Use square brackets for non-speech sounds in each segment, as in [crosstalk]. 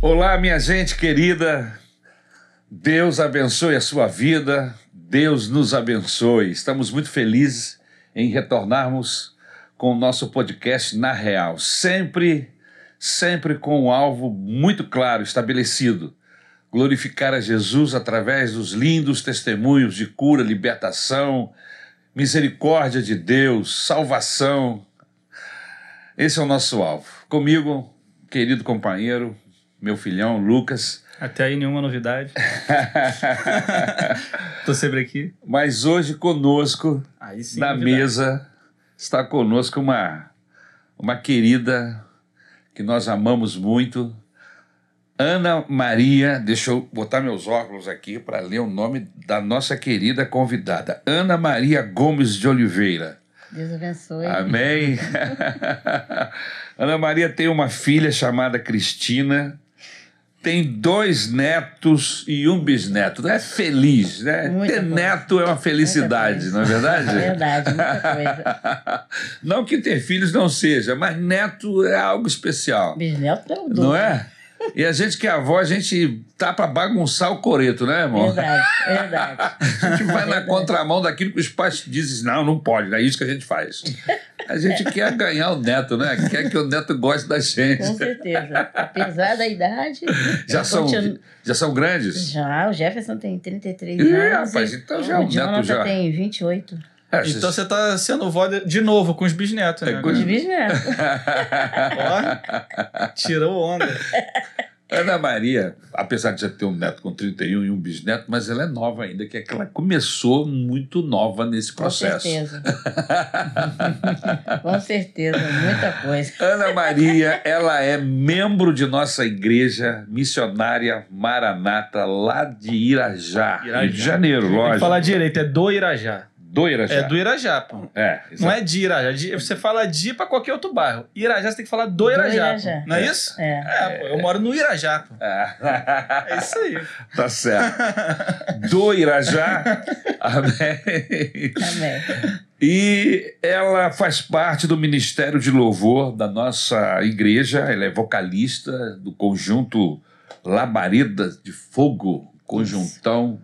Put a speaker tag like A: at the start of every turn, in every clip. A: Olá, minha gente querida. Deus abençoe a sua vida. Deus nos abençoe. Estamos muito felizes em retornarmos com o nosso podcast na real, sempre sempre com um alvo muito claro estabelecido: glorificar a Jesus através dos lindos testemunhos de cura, libertação, misericórdia de Deus, salvação. Esse é o nosso alvo. Comigo, querido companheiro, meu filhão Lucas. [laughs]
B: Até aí nenhuma novidade. Tô sempre aqui.
A: Mas hoje conosco,
B: Aí sim, é
A: na
B: novidade.
A: mesa, está conosco uma, uma querida que nós amamos muito, Ana Maria. Deixa eu botar meus óculos aqui para ler o nome da nossa querida convidada, Ana Maria Gomes de Oliveira.
C: Deus abençoe.
A: Ah,
C: [laughs]
A: Amém? Ana Maria tem uma filha chamada Cristina, tem dois netos e um bisneto. É feliz, né?
C: Muita
A: Ter
C: coisa.
A: neto é uma felicidade,
C: coisa.
A: não é verdade?
C: Verdade, muita coisa.
A: [laughs] não que ter filhos não seja, mas neto é algo especial,
C: Bisneto é o dobro.
A: não é? E a gente que é avó, a gente tá para bagunçar o coreto, né, irmão?
C: Verdade, verdade.
A: A gente vai na contramão daquilo que os pais dizem, não, não pode, não é isso que a gente faz. A gente quer ganhar o neto, né? Quer que o neto goste da [laughs]
C: Com
A: gente.
C: certeza. Apesar da idade.
A: Já
C: eu
A: são,
C: continuo-
A: já são grandes?
C: Já, o Jefferson tem 33
A: Ih,
C: anos.
A: rapaz,
C: e
A: então já é um
C: o
A: neto
C: Jonathan
A: já.
C: tem 28.
A: É,
B: Então você tá sendo vó de, de novo com os bisnetos, né?
A: É, com os
C: De bisneto.
B: Ó, tirou onda.
A: [laughs] Ana Maria, apesar de já ter um neto com 31 e um bisneto, mas ela é nova ainda, que é que ela começou muito nova nesse
C: Com
A: processo. [laughs]
C: certeza. Com certeza, muita coisa.
A: Ana Maria, ela é membro de nossa igreja missionária Maranata, lá de Irajá,
B: Irajá.
A: Rio de Janeiro,
B: Tem que
A: lógico.
B: falar direito, é do Irajá.
A: Do Irajá.
B: É do Irajá, pô.
A: É,
B: Não
A: exato.
B: é de Irajá. de- você fala de pra qualquer outro bairro. Irajá, você tem que falar do Irajá. pô.
C: Irajá.
B: Não é isso?
C: É.
B: É, pô. Eu moro no Irajá,
A: [laughs]
B: pô.
A: Ah,
B: É
A: [laughs]
B: isso aí.
A: tá certo. Do Irajá. Amém.
C: Amém.
A: E ela faz parte do Ministério de Louvor da nossa igreja. Ela é vocalista do conjunto Labareda de Fogo, conjuntão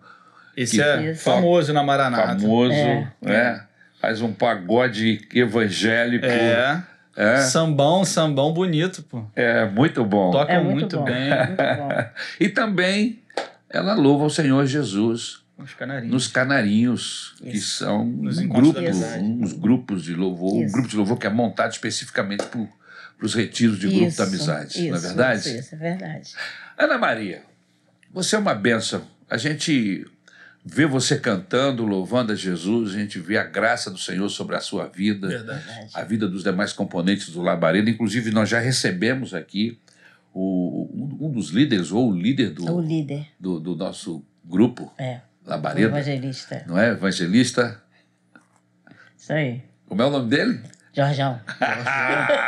B: Esse
A: Que
B: é
C: isso.
B: famoso na Maranata.
A: famoso.
C: É.
A: né? Faz um pagode evangélico. É.
B: É.
A: É,
B: Sambão, sambão bonito, pô.
A: Tá muito bom.
B: Toca
C: É muito,
B: muito,
A: [laughs]
C: bom.
B: bem.
C: Muito bom.
A: E também ela louva o Senhor Jesus
B: Os canarinhos.
A: nos canarinhos, que
C: Isso.
A: são
B: Nos
A: um
B: encontros
A: grupo,
C: da
B: amizade.
A: uns grupos de louvor, um
C: Isso.
A: grupo de louvor que é montado especificamente para os retiros de grupo
C: isso,
A: da amizade,
C: isso,
A: não é verdade?
C: Isso, isso, é verdade.
A: Ana Maria, você é uma bênção. A gente vê você cantando, louvando a Jesus, a gente vê a graça do Senhor sobre a sua vida, [laughs]
B: Verdade.
C: Verdade.
A: a vida dos demais componentes do Labareda. Inclusive, nós já recebemos aqui o- um, um dos líderes, ou o líder
C: É O
A: do,
C: líder,
A: do, do nosso grupo
C: é. O
A: Labareda,
C: evangelista.
A: não é? Evangelista.
C: Isso aí.
A: Como é o nome dele?
C: Jorjão.
A: [laughs]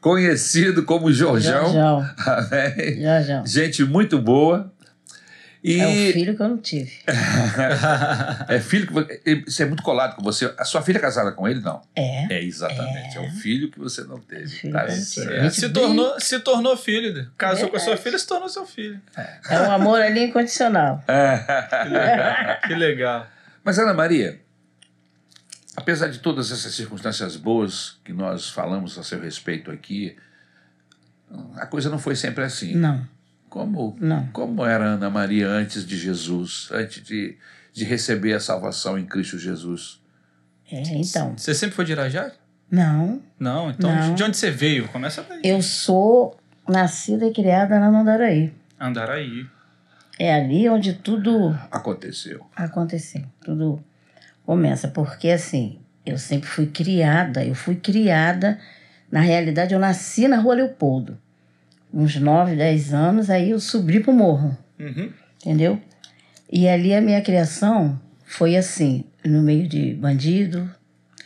A: Conhecido como Jorjão.
C: Jorjão.
A: Amém.
C: Jorjão.
A: Gente muito boa. E
C: É um filho que eu não tive.
A: é filho que você, você é muito colado com você. A sua filha é casada com ele, não?
C: É.
A: É, exatamente. É, um filho que você não teve.
C: Filho
A: Tá
C: que eu não tive.
A: certo.
B: É, se, tornou, se tornou filho. né? Casou com a sua
C: Verdade.
B: filha, se tornou seu filho.
C: É um amor ali incondicional.
B: Que legal. que legal.
A: [laughs] Mas, Ana Maria, apesar de todas essas circunstâncias boas que nós falamos a seu respeito aqui, a coisa não foi sempre assim.
C: Não,
A: Como,
C: não.
A: como era Ana Maria antes de Jesus, antes de, de receber a salvação em Cristo Jesus?
C: É, então.
B: Você sempre foi de Irajá?
C: Não.
B: Não, então
C: Não.
B: de onde você veio? Começa daí.
C: Eu sou nascida e criada na Nandaraí.
B: Andaraí.
C: É ali onde tudo
A: Aconteceu.
C: aconteceu. Tudo começa. Porque assim, eu sempre fui criada. Eu fui criada. Na realidade, eu nasci na Rua Leopoldo. Uns 9, 10 anos, aí eu subi pro morro.
B: Uhum.
C: entendeu? E ali a minha criação foi assim, no meio de bandido,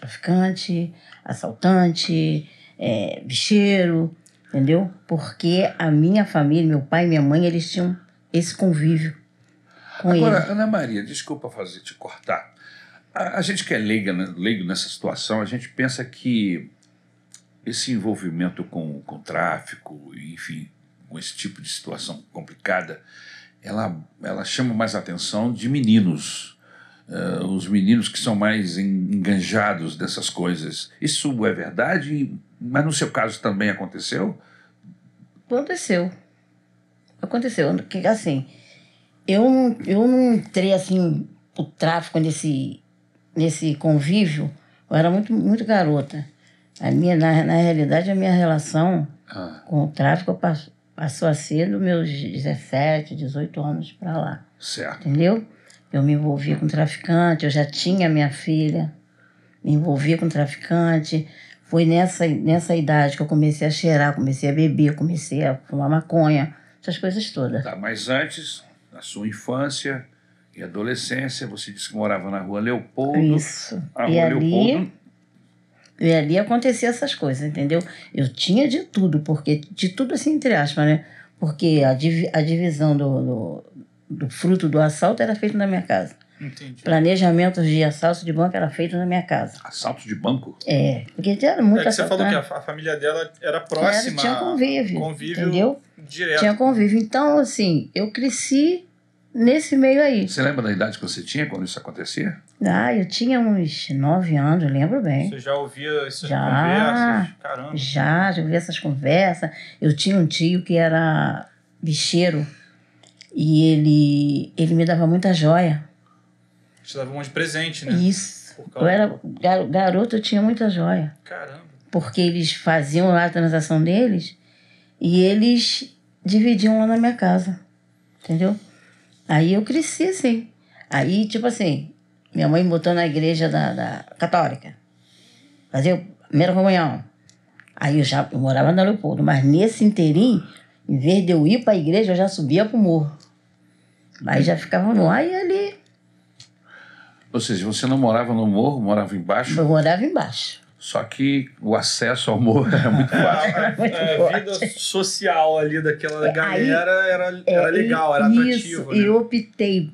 C: traficante, assaltante, é, bicheiro, entendeu? Porque a minha família, meu pai e minha mãe, eles tinham esse convívio com
A: Agora,
C: ele.
A: Ana Maria, desculpa fazer te cortar. A, a gente que é leiga, né, leigo nessa situação, a gente pensa que esse envolvimento com, com tráfico, enfim, com esse tipo de situação complicada, ela, ela chama mais atenção de meninos. eh, os meninos que são mais en- enganjados dessas coisas. Isso é verdade? Mas no seu caso também aconteceu?
C: Aconteceu. Aconteceu. Que, Assim, eu, não- eu não entrei assim pro tráfico nesse, nesse convívio. Eu era muito, muito garota. A minha, na, na realidade, a minha relação
A: Ah,
C: com o tráfico pas- passou a ser dos meus 17, 18 anos para lá.
A: certo.
C: Entendeu? Eu me envolvia com traficante, eu já tinha minha filha, me envolvia com traficante. Foi nessa, nessa idade que eu comecei a cheirar, comecei a beber, comecei a fumar maconha, essas coisas todas.
A: Tá, mas antes, na sua infância e adolescência, você disse que morava na rua Leopoldo.
C: Isso.
A: A
C: E
A: rua
C: ali,
A: Leopoldo.
C: e ali acontecia essas coisas, entendeu? Eu tinha de tudo, porque de tudo assim, entre aspas, né? Porque a, divi- a divisão do, do, do fruto do assalto era feito na minha casa.
B: Entendi.
C: Planejamentos de assalto de banco era feito na minha casa.
A: Assalto de banco?
C: É, porque já era muito
B: é que você falou que a,
C: assaltante.
B: fa- a família dela era
C: Era,
B: próxima.
C: Né, tinha convívio,
B: convívio é
C: entendeu?
B: direto.
C: Tinha convívio. Então, assim, eu cresci nesse meio aí.
A: Você lembra da idade que você tinha quando isso acontecia?
C: Ah, eu tinha uns nove anos, eu lembro bem.
B: Você já ouvia essas
C: Já.
B: conversas? Caramba.
C: Já, já ouvi essas conversas. Eu tinha um tio que era bicheiro e ele, ele me dava muita joia.
B: Te dava um monte de presente, né?
C: Isso.
B: Por
C: Eu
B: causa-
C: era gar- garoto, eu tinha muita joia.
B: Caramba.
C: [laughs] porque eles faziam lá a transação deles e eles dividiam lá na minha casa, entendeu? Aí eu cresci assim. Aí, tipo assim, minha mãe me botou na igreja da, da católica, fazer a primeira comunhão. Aí eu já eu morava na Leopoldo, mas nesse inteirinho, em vez de eu ir para a igreja, eu já subia pro morro. Aí já ficava no ar e ali
A: Ou seja, você não morava no morro, morava embaixo,
C: eu morava embaixo.
A: só que o acesso ao morro era muito [laughs] fácil.
B: A,
C: Muito
B: a- a É, vida social ali daquela galera era, era
C: É,
B: legal, era
C: e-
B: atrativo.
C: Isso,
B: né?
C: eu optei,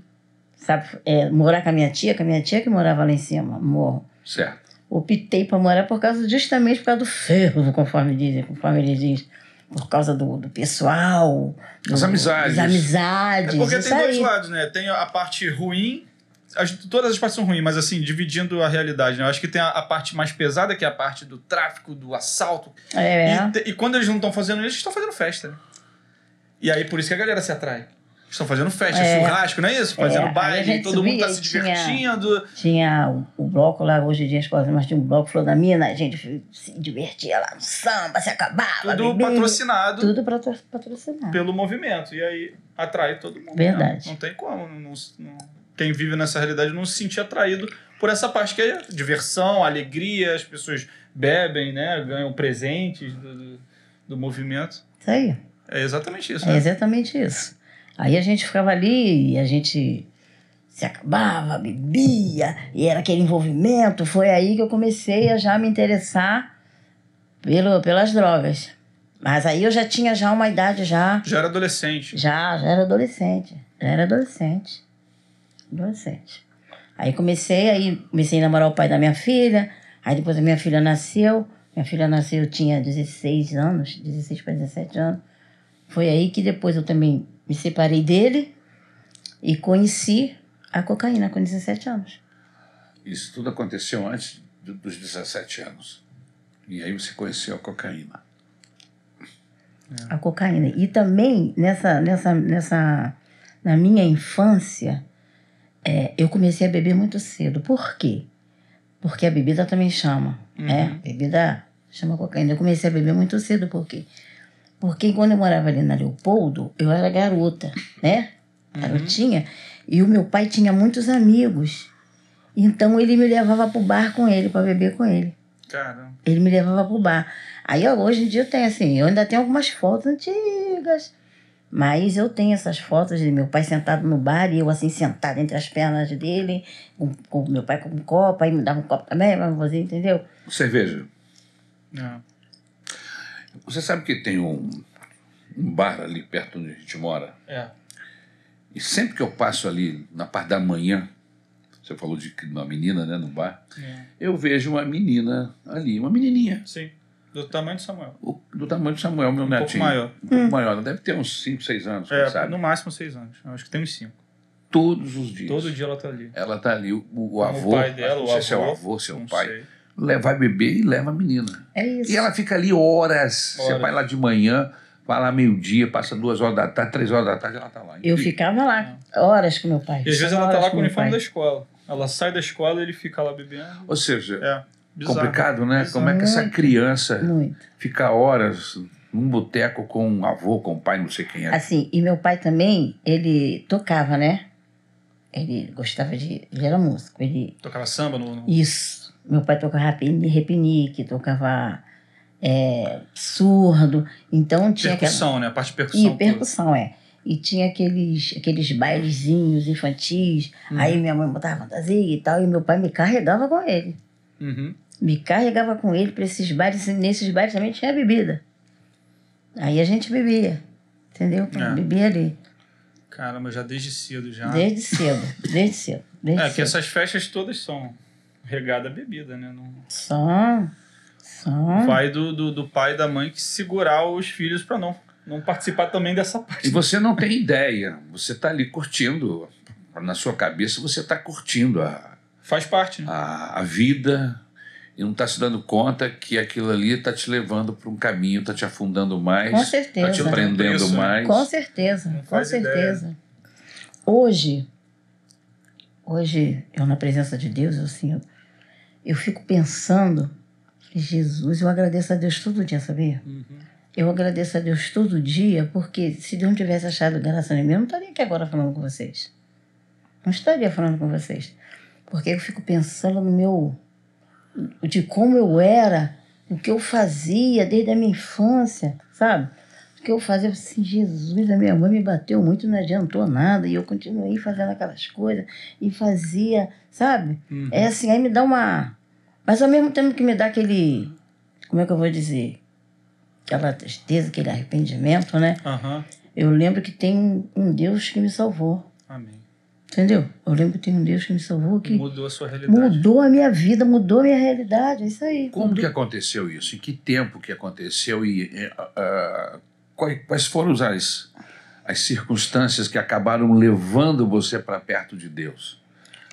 C: sabe, é, morar com a minha tia, que a minha tia que morava lá em cima, no morro.
A: certo.
C: Optei para morar por causa, justamente por causa do fervo, conforme dizem, conforme ele diz. Por causa do, do pessoal.
A: As
C: do-
A: amizades.
C: Das amizades.
B: É porque
C: isso
B: tem dois
C: aí.
B: lados, né? Tem a parte ruim. as- todas as partes são ruins, mas assim, dividindo a realidade, né? Eu acho que tem a, a parte mais pesada, que é a parte do tráfico, do assalto.
C: É,
B: E, te- e quando eles não estão fazendo isso, eles estão fazendo festa, né? E aí por isso que a galera se atrai. Estão fazendo festa,
C: É.
B: churrasco, não é isso? Fazendo
C: É, aí a
B: baile,
C: gente
B: todo mundo tá
C: subia
B: se
C: e tinha-
B: divertindo.
C: Tinha o, o bloco lá, hoje em dia as coisas, mas tinha um bloco Flor da Mina, a gente se divertia lá no samba, se acabava.
B: Tudo
C: bebia,
B: patrocinado
C: Tudo pra tro- patrocinar.
B: pelo movimento. E aí atrai todo mundo. né?
C: Verdade.
B: Não, não tem como. não- não- não- quem vive nessa realidade não se sentir atraído por essa parte que é diversão, alegria, as pessoas bebem, né? Ganham presentes do, do, do movimento.
C: Isso aí.
B: É exatamente isso,
C: É
B: né?
C: exatamente isso. Aí a gente ficava ali e a gente se acabava, bebia, e era aquele envolvimento. Foi aí que eu comecei a já me interessar pelo, pelas drogas. Mas aí eu já tinha já uma idade já,
B: Já era adolescente.
C: já, já era adolescente, já era adolescente, adolescente. Aí comecei, aí comecei a namorar o pai da minha filha, aí depois a minha filha nasceu, minha filha nasceu, eu tinha 16 anos, 16 para 17 anos. Foi aí que depois eu também me separei dele e conheci a cocaína com 17 anos.
A: Isso tudo aconteceu antes do- dos 17 anos. E aí você conheceu a cocaína.
C: a cocaína. E também nessa, nessa, nessa na minha infância, é, eu comecei a beber muito cedo. Por quê? Porque a bebida também chama, né? Bebida chama cocaína. Eu comecei a beber muito cedo, por quê? Porque quando eu morava ali na Leopoldo, eu era garota, né? Garotinha. E o meu pai tinha muitos amigos. Então ele me levava pro bar com ele, para beber com ele.
B: Caramba.
C: Ele me levava pro bar. Aí ó, hoje em dia eu tenho assim, eu ainda tenho algumas fotos antigas. Mas eu tenho essas fotos de meu pai sentado no bar e eu assim sentada entre as pernas dele, com, com meu pai com um copo, aí me dava um copo também, mas você entendeu?
A: Cerveja.
B: É.
A: Você sabe que tem um, um bar ali perto onde a gente mora.
B: É.
A: E sempre que eu passo ali na parte da manhã, você falou de que- uma menina, né, no bar, eu vejo uma menina ali, uma menininha.
B: É. Sim. Do tamanho do Samuel.
A: O- do tamanho do Samuel, meu netinho.
B: pouco maior.
A: Um pouco maior. Deve ter uns 5, 6 anos, quem
B: É,
A: sabe?
B: no máximo seis anos. Eu acho que tem uns cinco.
A: Todos os dias.
B: Todo dia ela tá ali.
A: Ela tá ali, o, o
B: Com
A: avô,
B: o pai dela,
A: não
B: o
A: sei
B: avô.
A: se é o avô, se é o
B: não
A: pai,
B: sei.
A: leva- vai beber e leva a menina.
C: É isso.
A: E ela fica ali horas. Você
B: Horas.
A: vai lá de manhã, vai lá meio-dia, passa duas horas da tarde, três horas da tarde, ela tá lá.
C: Eu
A: E-
C: ficava lá horas com meu pai.
B: E às vezes ela tá
C: horas
B: lá com o
C: meu
B: uniforme da
C: é pai.
B: escola. Ela sai da escola e ele fica lá bebendo.
A: Ou seja,
B: É. Bizarro.
A: complicado, né?
B: Bizarro.
A: Como é que essa
C: Muito.
A: criança
C: Muito.
A: fica horas num boteco com um avô, com um pai, não sei quem é.
C: Assim, e meu pai também, ele tocava, né? Ele gostava de. Ele era músico. Ele.
B: Tocava samba no. no...
C: Isso. Meu pai tocava repini- repinique, tocava é, surdo. Então tinha aquela.
B: Percussão, né? A parte de percussão.
C: E percussão, é. E tinha aqueles, aqueles bailezinhos infantis.
B: Hum.
C: Aí minha mãe botava fantasia e tal. E meu pai me carregava com ele.
B: toda. Uhum.
C: Me carregava com ele para esses bares. e Nesses bares também tinha bebida. Aí a gente bebia. Entendeu?
B: É.
C: Bebia ali.
B: Caramba, já desde cedo já.
C: Desde cedo. Desde cedo. Desde
B: É, que
C: cedo.
B: essas festas todas são regada a bebida, né? Não...
C: Só. Só.
B: Vai do, do, do pai e da mãe que segurar os filhos pra não, não participar também dessa
A: E
B: parte.
A: você não tem ideia. Você tá ali curtindo. Na sua cabeça, você tá curtindo a,
B: Faz parte, né?
A: a, a vida e não está se dando conta que aquilo ali está te levando para um caminho, está te afundando mais,
C: Com
A: está te
C: certeza.
A: prendendo
B: Isso, né?
A: mais.
C: Com certeza,
B: Não
C: com
B: faz
C: certeza. Hoje, hoje, eu na presença de Deus, eu, assim, eu, eu fico pensando, Jesus, eu agradeço a Deus todo dia, sabia?
B: Uhum.
C: Eu agradeço a Deus todo dia, porque se Deus não tivesse achado graça em mim, eu não estaria aqui agora falando com vocês. Não estaria falando com vocês. Porque eu fico pensando no meu. de como eu era, o que eu fazia desde a minha infância, sabe? O que eu fazia, eu falei assim, Jesus, a minha mãe me bateu muito, não adiantou nada, e eu continuei fazendo aquelas coisas, e fazia, sabe?
B: Uhum.
C: É assim, aí me dá uma. Mas ao mesmo tempo que me dá aquele. Como é que eu vou dizer? Aquela tristeza, aquele arrependimento, né?
B: Aham.
C: Eu lembro que tem um- um Deus que me salvou.
B: Amém.
C: Entendeu? Eu lembro que tem um Deus que me salvou que
B: Mudou a sua realidade.
C: mudou a minha vida, mudou a minha realidade. É isso aí.
A: Como
C: mudou.
B: Uhum.
A: que aconteceu isso? Em que tempo que aconteceu? E eh, ah, quais, quais foram as, as circunstâncias que acabaram levando você para perto de Deus?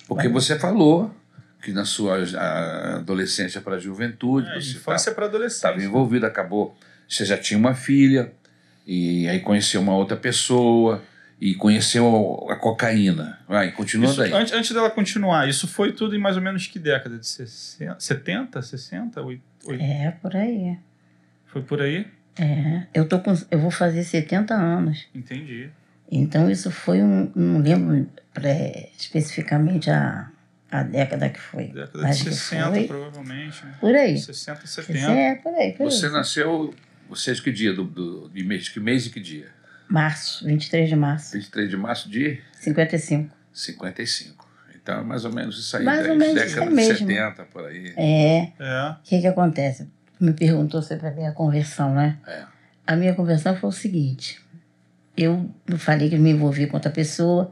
A: Porque você falou que na sua ah, adolescência para a juventude,
B: É,
A: você tá,
B: infância
A: estava
B: pra adolescente.
A: envolvido, acabou. Você já tinha uma filha, e aí conheceu uma outra pessoa, e conheceu a cocaína. Vai,
B: Isso-
A: continuando aí.
B: antes, antes dela continuar, isso foi tudo em mais ou menos que década? De 60, 70, 60? Oi- oi-
C: É, por aí.
B: Foi por aí?
C: É. Eu, tô com, eu vou fazer 70 anos.
B: Entendi.
C: Então isso foi um. Não lembro pré- especificamente a, a década que foi.
B: Década
C: mas
B: de
C: que
B: 60,
C: foi
B: provavelmente. né?
C: Por aí.
B: 60, 70.
C: É, por aí, por
A: Você
C: aí.
A: nasceu. Vocês que dia? Do, do- de mês, que mês e que dia?
C: Março, 23 de março,
A: 23 de março de
C: 55.
A: 55. Então é mais ou menos isso aí,
C: Mais
A: da-
C: ou menos isso
A: década
C: aí
A: de
C: mesmo.
A: 70, por aí.
C: É, o
B: É.
C: que que acontece? Me perguntou sobre a minha conversão, né?
A: É.
C: A minha conversão foi o seguinte. Eu não falei que me envolvi com outra pessoa.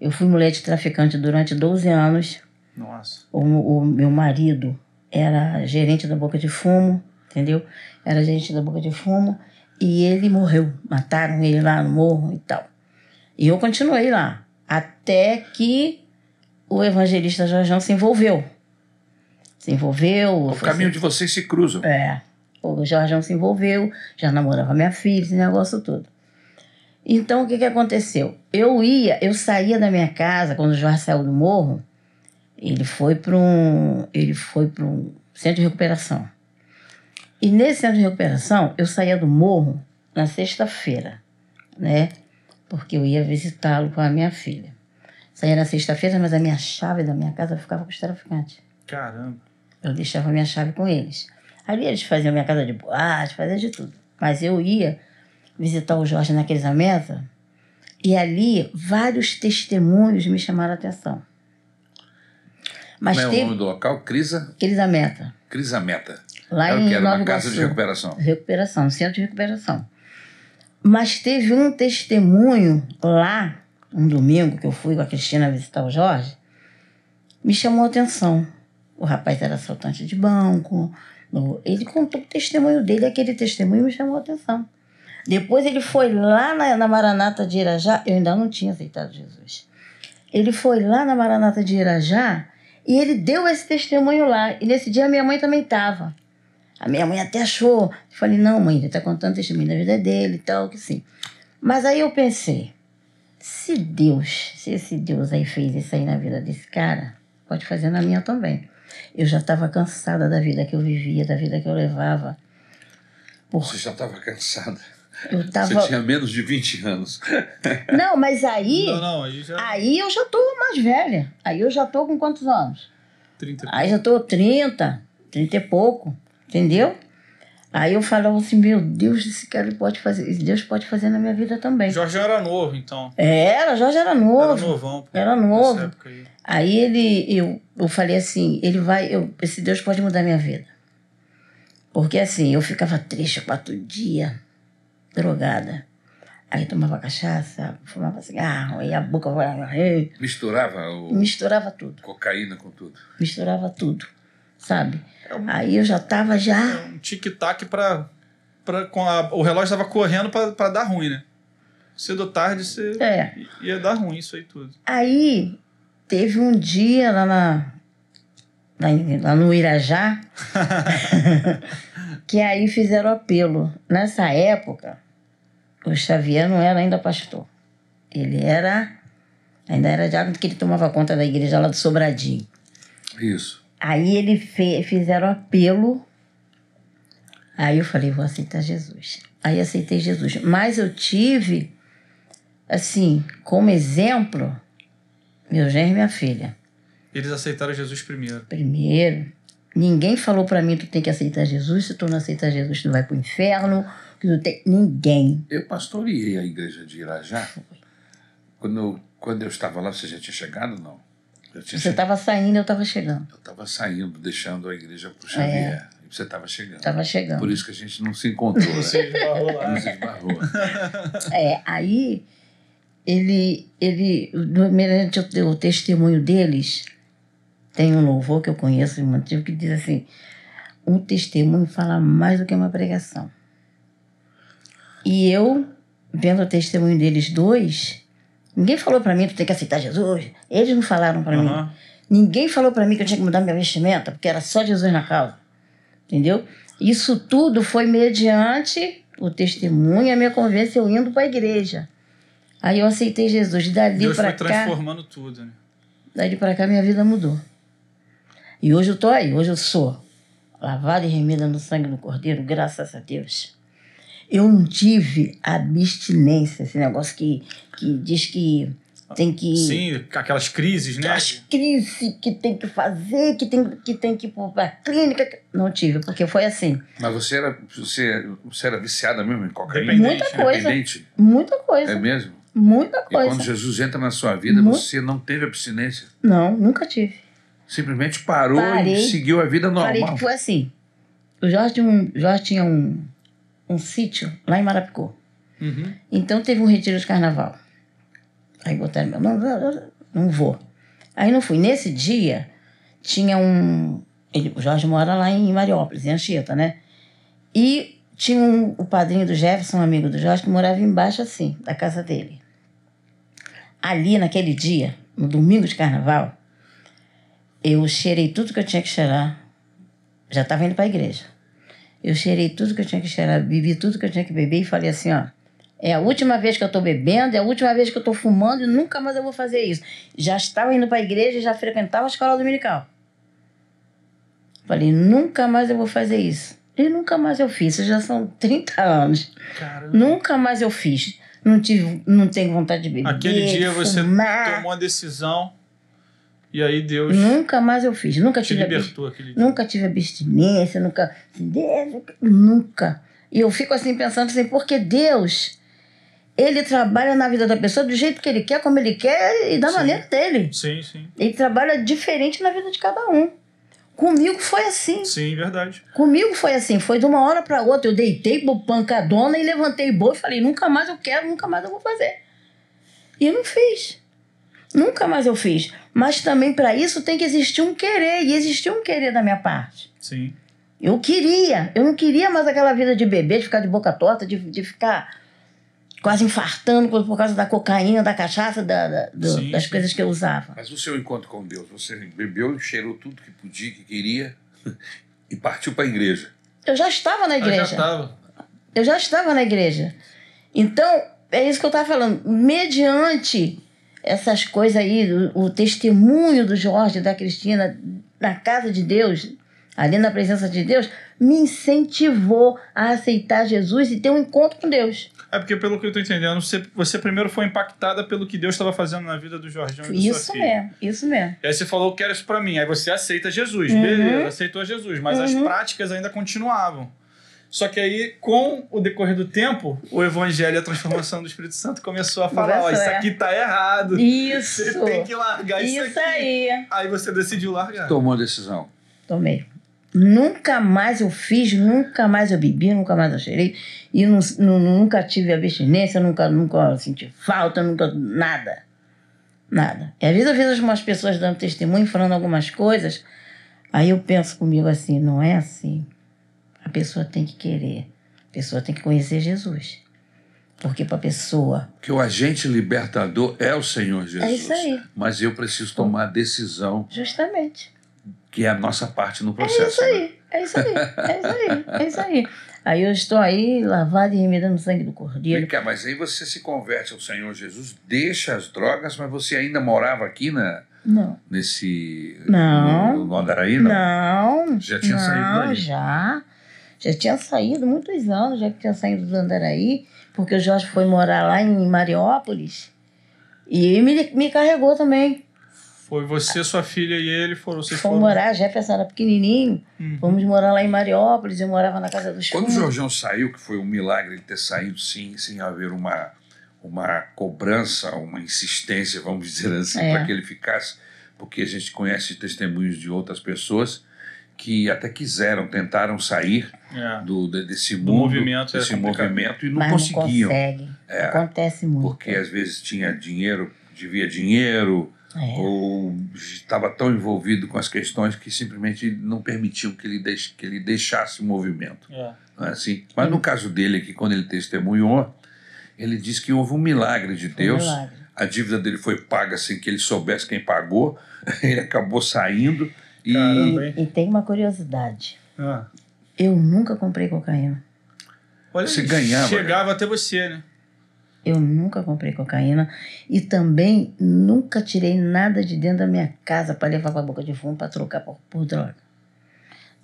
C: Eu fui mulher de traficante durante 12 anos.
B: Nossa.
C: O, o meu marido era gerente da boca de fumo, entendeu? Era gerente da boca de fumo. E ele morreu. Mataram ele lá no morro e tal. E eu continuei lá. Até que o evangelista Jorjão se envolveu. Se envolveu.
A: O
C: foi-
A: caminho de vocês se cruzam.
C: é. O Jorjão se envolveu, já namorava minha filha, esse negócio todo. Então, o que, que aconteceu? Eu ia, eu saía da minha casa, quando o Jorge saiu do morro, ele foi para um, ele foi para um centro de recuperação. E nesse centro de recuperação, eu saía do morro na sexta-feira, né? Porque eu ia visitá-lo com a minha filha. Saía na sexta-feira, mas a minha chave da minha casa ficava com os traficantes.
B: Caramba.
C: Eu deixava minha chave com eles. Ali eles faziam minha casa de boate, faziam de tudo. Mas eu ia visitar o Jorge naquela mesa e ali vários testemunhos me chamaram a atenção. Mas
A: Como é o
C: teve
A: nome do local? Crisa,
C: aqueles a meta,
A: Crisa Meta.
C: lá
A: é o
C: em
A: que era
C: Nova
A: uma casa de
C: Iguaçu.
A: recuperação.
C: Recuperação, centro de recuperação. Mas teve um testemunho lá, um domingo que eu fui com a Cristina visitar o Jorge, me chamou a atenção. o rapaz era assaltante de banco. no- Ele contou o testemunho dele, aquele testemunho me chamou a atenção. Depois ele foi lá na, na Maranata de Irajá, eu ainda não tinha aceitado Jesus. Ele foi lá na Maranata de Irajá e ele deu esse testemunho lá. E nesse dia a minha mãe também estava. A minha mãe até achou. Eu falei, não, mãe, ele está contando testemunho da vida dele e tal, que sim. Mas aí eu pensei, se Deus, se esse Deus aí fez isso aí na vida desse cara, pode fazer na minha também. Eu já estava cansada da vida que eu vivia, da vida que eu levava.
A: Você já estava cansada.
C: Eu tava.
A: Você tinha menos de 20 anos.
C: Não, mas aí.
B: Não, não, aí já. é
C: Aí eu já tô mais velha. Aí eu já tô com quantos anos?
B: 30.
C: Aí já tô 30, 30 e pouco, entendeu? Aí eu falava assim, meu Deus, esse cara pode fazer, esse Deus pode fazer na minha vida também.
B: Jorge era novo, então.
C: Era, Jorge era
B: Era
C: novo.
B: novão. pô,
C: Era
B: nessa
C: novo.
B: época aí.
C: Aí ele, eu, eu falei assim, ele vai, eu, esse Deus pode mudar minha vida. Porque assim, eu ficava triste quatro dias, drogada. Aí tomava cachaça, fumava cigarro, e a boca e
A: Misturava o
C: misturava tudo,
A: cocaína com tudo.
C: misturava tudo, sabe?
B: É um-
C: Aí eu já tava já,
B: um tic-tac pra. pra com a- o relógio tava correndo pra, pra dar ruim, né? Cedo ou tarde você
C: é,
B: ia dar ruim isso aí tudo.
C: Aí teve um dia lá, na, lá, em- lá no Irajá que aí fizeram apelo. Nessa época, o Xavier não era ainda pastor. Ele era. Ainda era diácono que ele tomava conta da igreja lá do Sobradinho.
A: Isso.
C: Aí ele fe, fizeram apelo. Aí eu falei, vou aceitar Jesus. Aí aceitei Jesus. Mas eu tive, assim, como exemplo, meu genro e minha filha.
B: Eles aceitaram Jesus primeiro.
C: Primeiro, ninguém falou pra mim, tu tem que aceitar Jesus. Se tu não aceitar Jesus, tu vai pro inferno. Que tu tem... Ninguém.
A: Eu pastoreei a igreja de Irajá. Quando eu, quando eu estava lá, você já tinha chegado? Não. Já tinha
C: Você
A: chegado.
C: tava saindo, eu tava chegando.
A: Eu estava saindo, deixando a igreja
C: É.
A: para o Xavier. E você estava chegando.
C: Tava chegando.
A: Por isso que a gente não se encontrou, né?
B: Vocês barrou lá.
A: Nos esbarrou.
C: É, aí ele, ele, no- mediante o, o testemunho deles, tem um louvor que eu conheço, um antigo, que diz assim, um testemunho fala mais do que uma pregação. E eu, vendo o testemunho deles dois, ninguém falou pra mim, tu tem que aceitar Jesus. Eles não falaram pra mim.
B: Aham.
C: Ninguém falou pra mim que eu tinha que mudar minha vestimenta, porque era só Jesus na causa. Entendeu? Isso tudo foi mediante o testemunho, e a minha convivência, eu indo pra igreja. Aí eu aceitei Jesus. Dali
B: Deus
C: pra
B: foi
C: cá,
B: transformando tudo, né?
C: dali pra cá, minha vida mudou. E hoje eu tô aí, hoje eu sou lavada e remida no sangue do Cordeiro, graças a Deus. Eu não tive abstinência, esse negócio que, que diz que tem que
B: Sim, com aquelas crises, né?
C: as crises que tem que fazer, que tem que, tem que ir para clínica. que- Não tive, porque foi assim,
A: Mas você era, você, você era viciada mesmo em cocaína?
B: Dependente.
C: Muita coisa.
A: Dependente?
C: muita
A: É
C: coisa,
A: mesmo?
C: muita
A: E quando
C: coisa.
A: Jesus entra na sua vida,
C: Muito.
A: você não teve abstinência.
C: Não, nunca tive.
A: Simplesmente parou
C: Parei.
A: e seguiu a vida
C: Falei
A: normal.
C: que foi assim. O Jorge, tinha um, Jorge tinha um, um sítio lá em Marapicô.
B: Uhum.
C: Então teve um retiro de carnaval. Aí botaram meu nome, não, não, não vou. Aí não fui. Nesse dia, tinha um. Ele, o Jorge mora lá em Mariópolis, em Anchieta, né? E tinha um, o padrinho do Jefferson, um amigo do Jorge, que morava embaixo, assim, da casa dele. Ali, naquele dia, no domingo de carnaval, eu cheirei tudo que eu tinha que cheirar. Já estava indo para a igreja. Eu cheirei tudo que eu tinha que cheirar, bebi tudo que eu tinha que beber e falei assim, ó. É a última vez que eu tô bebendo, é a última vez que eu tô fumando e nunca mais eu vou fazer isso. Já estava indo pra igreja, e já frequentava a escola dominical. Falei, nunca mais eu vou fazer isso. E nunca mais eu fiz, isso já são [laughs] 30 anos.
B: Caramba.
C: Nunca mais eu fiz. Não, tive, não tenho vontade de beber.
B: Aquele dia
C: de
B: você
C: fumar.
B: tomou a decisão e aí Deus
C: Nunca mais eu fiz. Nunca
B: te
C: tive abs-
B: libertou aquele dia.
C: Nunca tive abstinência, nunca. assim, Nunca. E eu fico assim pensando assim, porque Deus, ele trabalha na vida da pessoa do jeito que ele quer, como ele quer e da
B: Sim.
C: maneira dele.
B: Sim, sim.
C: Ele trabalha diferente na vida de cada um. Comigo foi assim.
B: Sim, verdade.
C: Comigo foi assim. Foi de uma hora para outra. Eu deitei bo- pancadona e levantei boa e falei: nunca mais eu quero, nunca mais eu vou fazer. E não fiz. Nunca mais eu fiz. Mas também para isso tem que existir um querer, e existia um querer da minha parte.
B: Sim.
C: Eu queria, eu não queria mais aquela vida de bebê, de ficar de boca torta, de, de ficar quase infartando por por causa da cocaína, da cachaça, da, da- do-
B: Sim,
C: das
B: sim.
C: coisas que eu usava.
A: Mas o seu encontro com Deus, você bebeu, cheirou tudo que podia, que queria [laughs] e partiu para a igreja.
C: Eu já estava na
B: Ah,
C: igreja.
B: já tava.
C: Eu já estava na igreja. Então, é isso que eu estava falando. Mediante essas coisas aí, o, o testemunho do Jorge, da Cristina, na casa de Deus, ali na presença de Deus, me incentivou a aceitar Jesus e ter um encontro com Deus.
B: É porque, pelo que eu tô entendendo, você, você primeiro foi impactada pelo que Deus estava fazendo na vida do Jorginho e da sua
C: Isso
B: filha.
C: mesmo, isso mesmo.
B: E aí você falou, eu quero isso pra mim. Aí você aceita Jesus.
C: Uhum.
B: Beleza, aceitou Jesus. Mas as práticas ainda continuavam. Só que aí, com o decorrer do tempo, o evangelho e a transformação do Espírito Santo começou a falar, ó,
C: Começou,
B: isso
C: é.
B: aqui tá errado.
C: Isso.
B: Você [laughs] tem que largar isso,
C: Isso
B: aqui.
C: aí.
B: Aí você decidiu largar.
A: Tomou a decisão.
C: Tomei. Nunca mais eu fiz, nunca mais eu bebi, nunca mais eu cheirei. E eu nu- nu- nunca tive abstinência, nunca, nunca senti falta, nunca. Nada. Nada. E às vezes eu vejo algumas pessoas dando testemunho, falando algumas coisas. Aí eu penso comigo assim: não é assim. A pessoa tem que querer. A pessoa tem que conhecer Jesus. Porque para pessoa.
A: Que o agente libertador é o Senhor Jesus.
C: É isso aí.
A: Mas eu preciso tomar a decisão,
C: Justamente.
A: que é a nossa parte no
C: É
A: processo. né?
C: isso aí, é isso aí, é isso aí, é isso aí. Aí eu estou aí lavada e remida no sangue do
A: né?
C: cordeiro.
A: Vem cá, mas aí você se converte ao Senhor Jesus, deixa as drogas, mas você ainda morava aqui na,
C: Não.
A: nesse.
C: Não.
A: No, no Andaraí, não?
C: Não.
A: Já tinha
C: não,
A: saído daí.
C: Já. Já tinha saído, muitos anos já que tinha saído do Andaraí, porque o Jorge foi morar lá em Mariópolis. E ele me, me carregou também.
B: Foi você, sua filha e ele foram. Vocês
C: Fomos
B: foram.
C: morar, Jefferson era pequenininho.
B: Uhum.
C: Fomos morar lá em Mariópolis, eu morava na casa dos
A: Quando o
C: fundos.
A: Jorgão saiu, que foi um milagre ele ter saído sim, sem haver uma, uma cobrança, uma insistência, vamos dizer assim,
C: É.
A: para que ele ficasse, porque a gente conhece testemunhos de outras pessoas que até quiseram, tentaram sair
B: É.
A: do, de- desse mundo,
B: movimento, é
A: desse
B: complicado.
A: movimento e não
C: Mas
A: conseguiam,
C: não consegue. Acontece muito.
A: porque às vezes tinha dinheiro, devia dinheiro,
C: É.
A: ou estava tão envolvido com as questões que simplesmente não permitiam que ele, deix- que ele deixasse o movimento.
B: É.
A: Não é assim? Mas no caso dele aqui, quando ele testemunhou, ele disse que houve um milagre de
C: Foi um
A: Deus.
C: milagre.
A: A dívida dele foi paga sem que ele soubesse quem pagou. [laughs] Ele acabou saindo e
B: Caramba.
C: E, e tem uma curiosidade.
B: Ah.
C: Eu nunca comprei cocaína.
B: Olha,
A: Você ganhava,
B: Chegava até você, né?
C: Eu nunca comprei cocaína e também nunca tirei nada de dentro da minha casa para levar para boca de fumo para trocar por, por droga.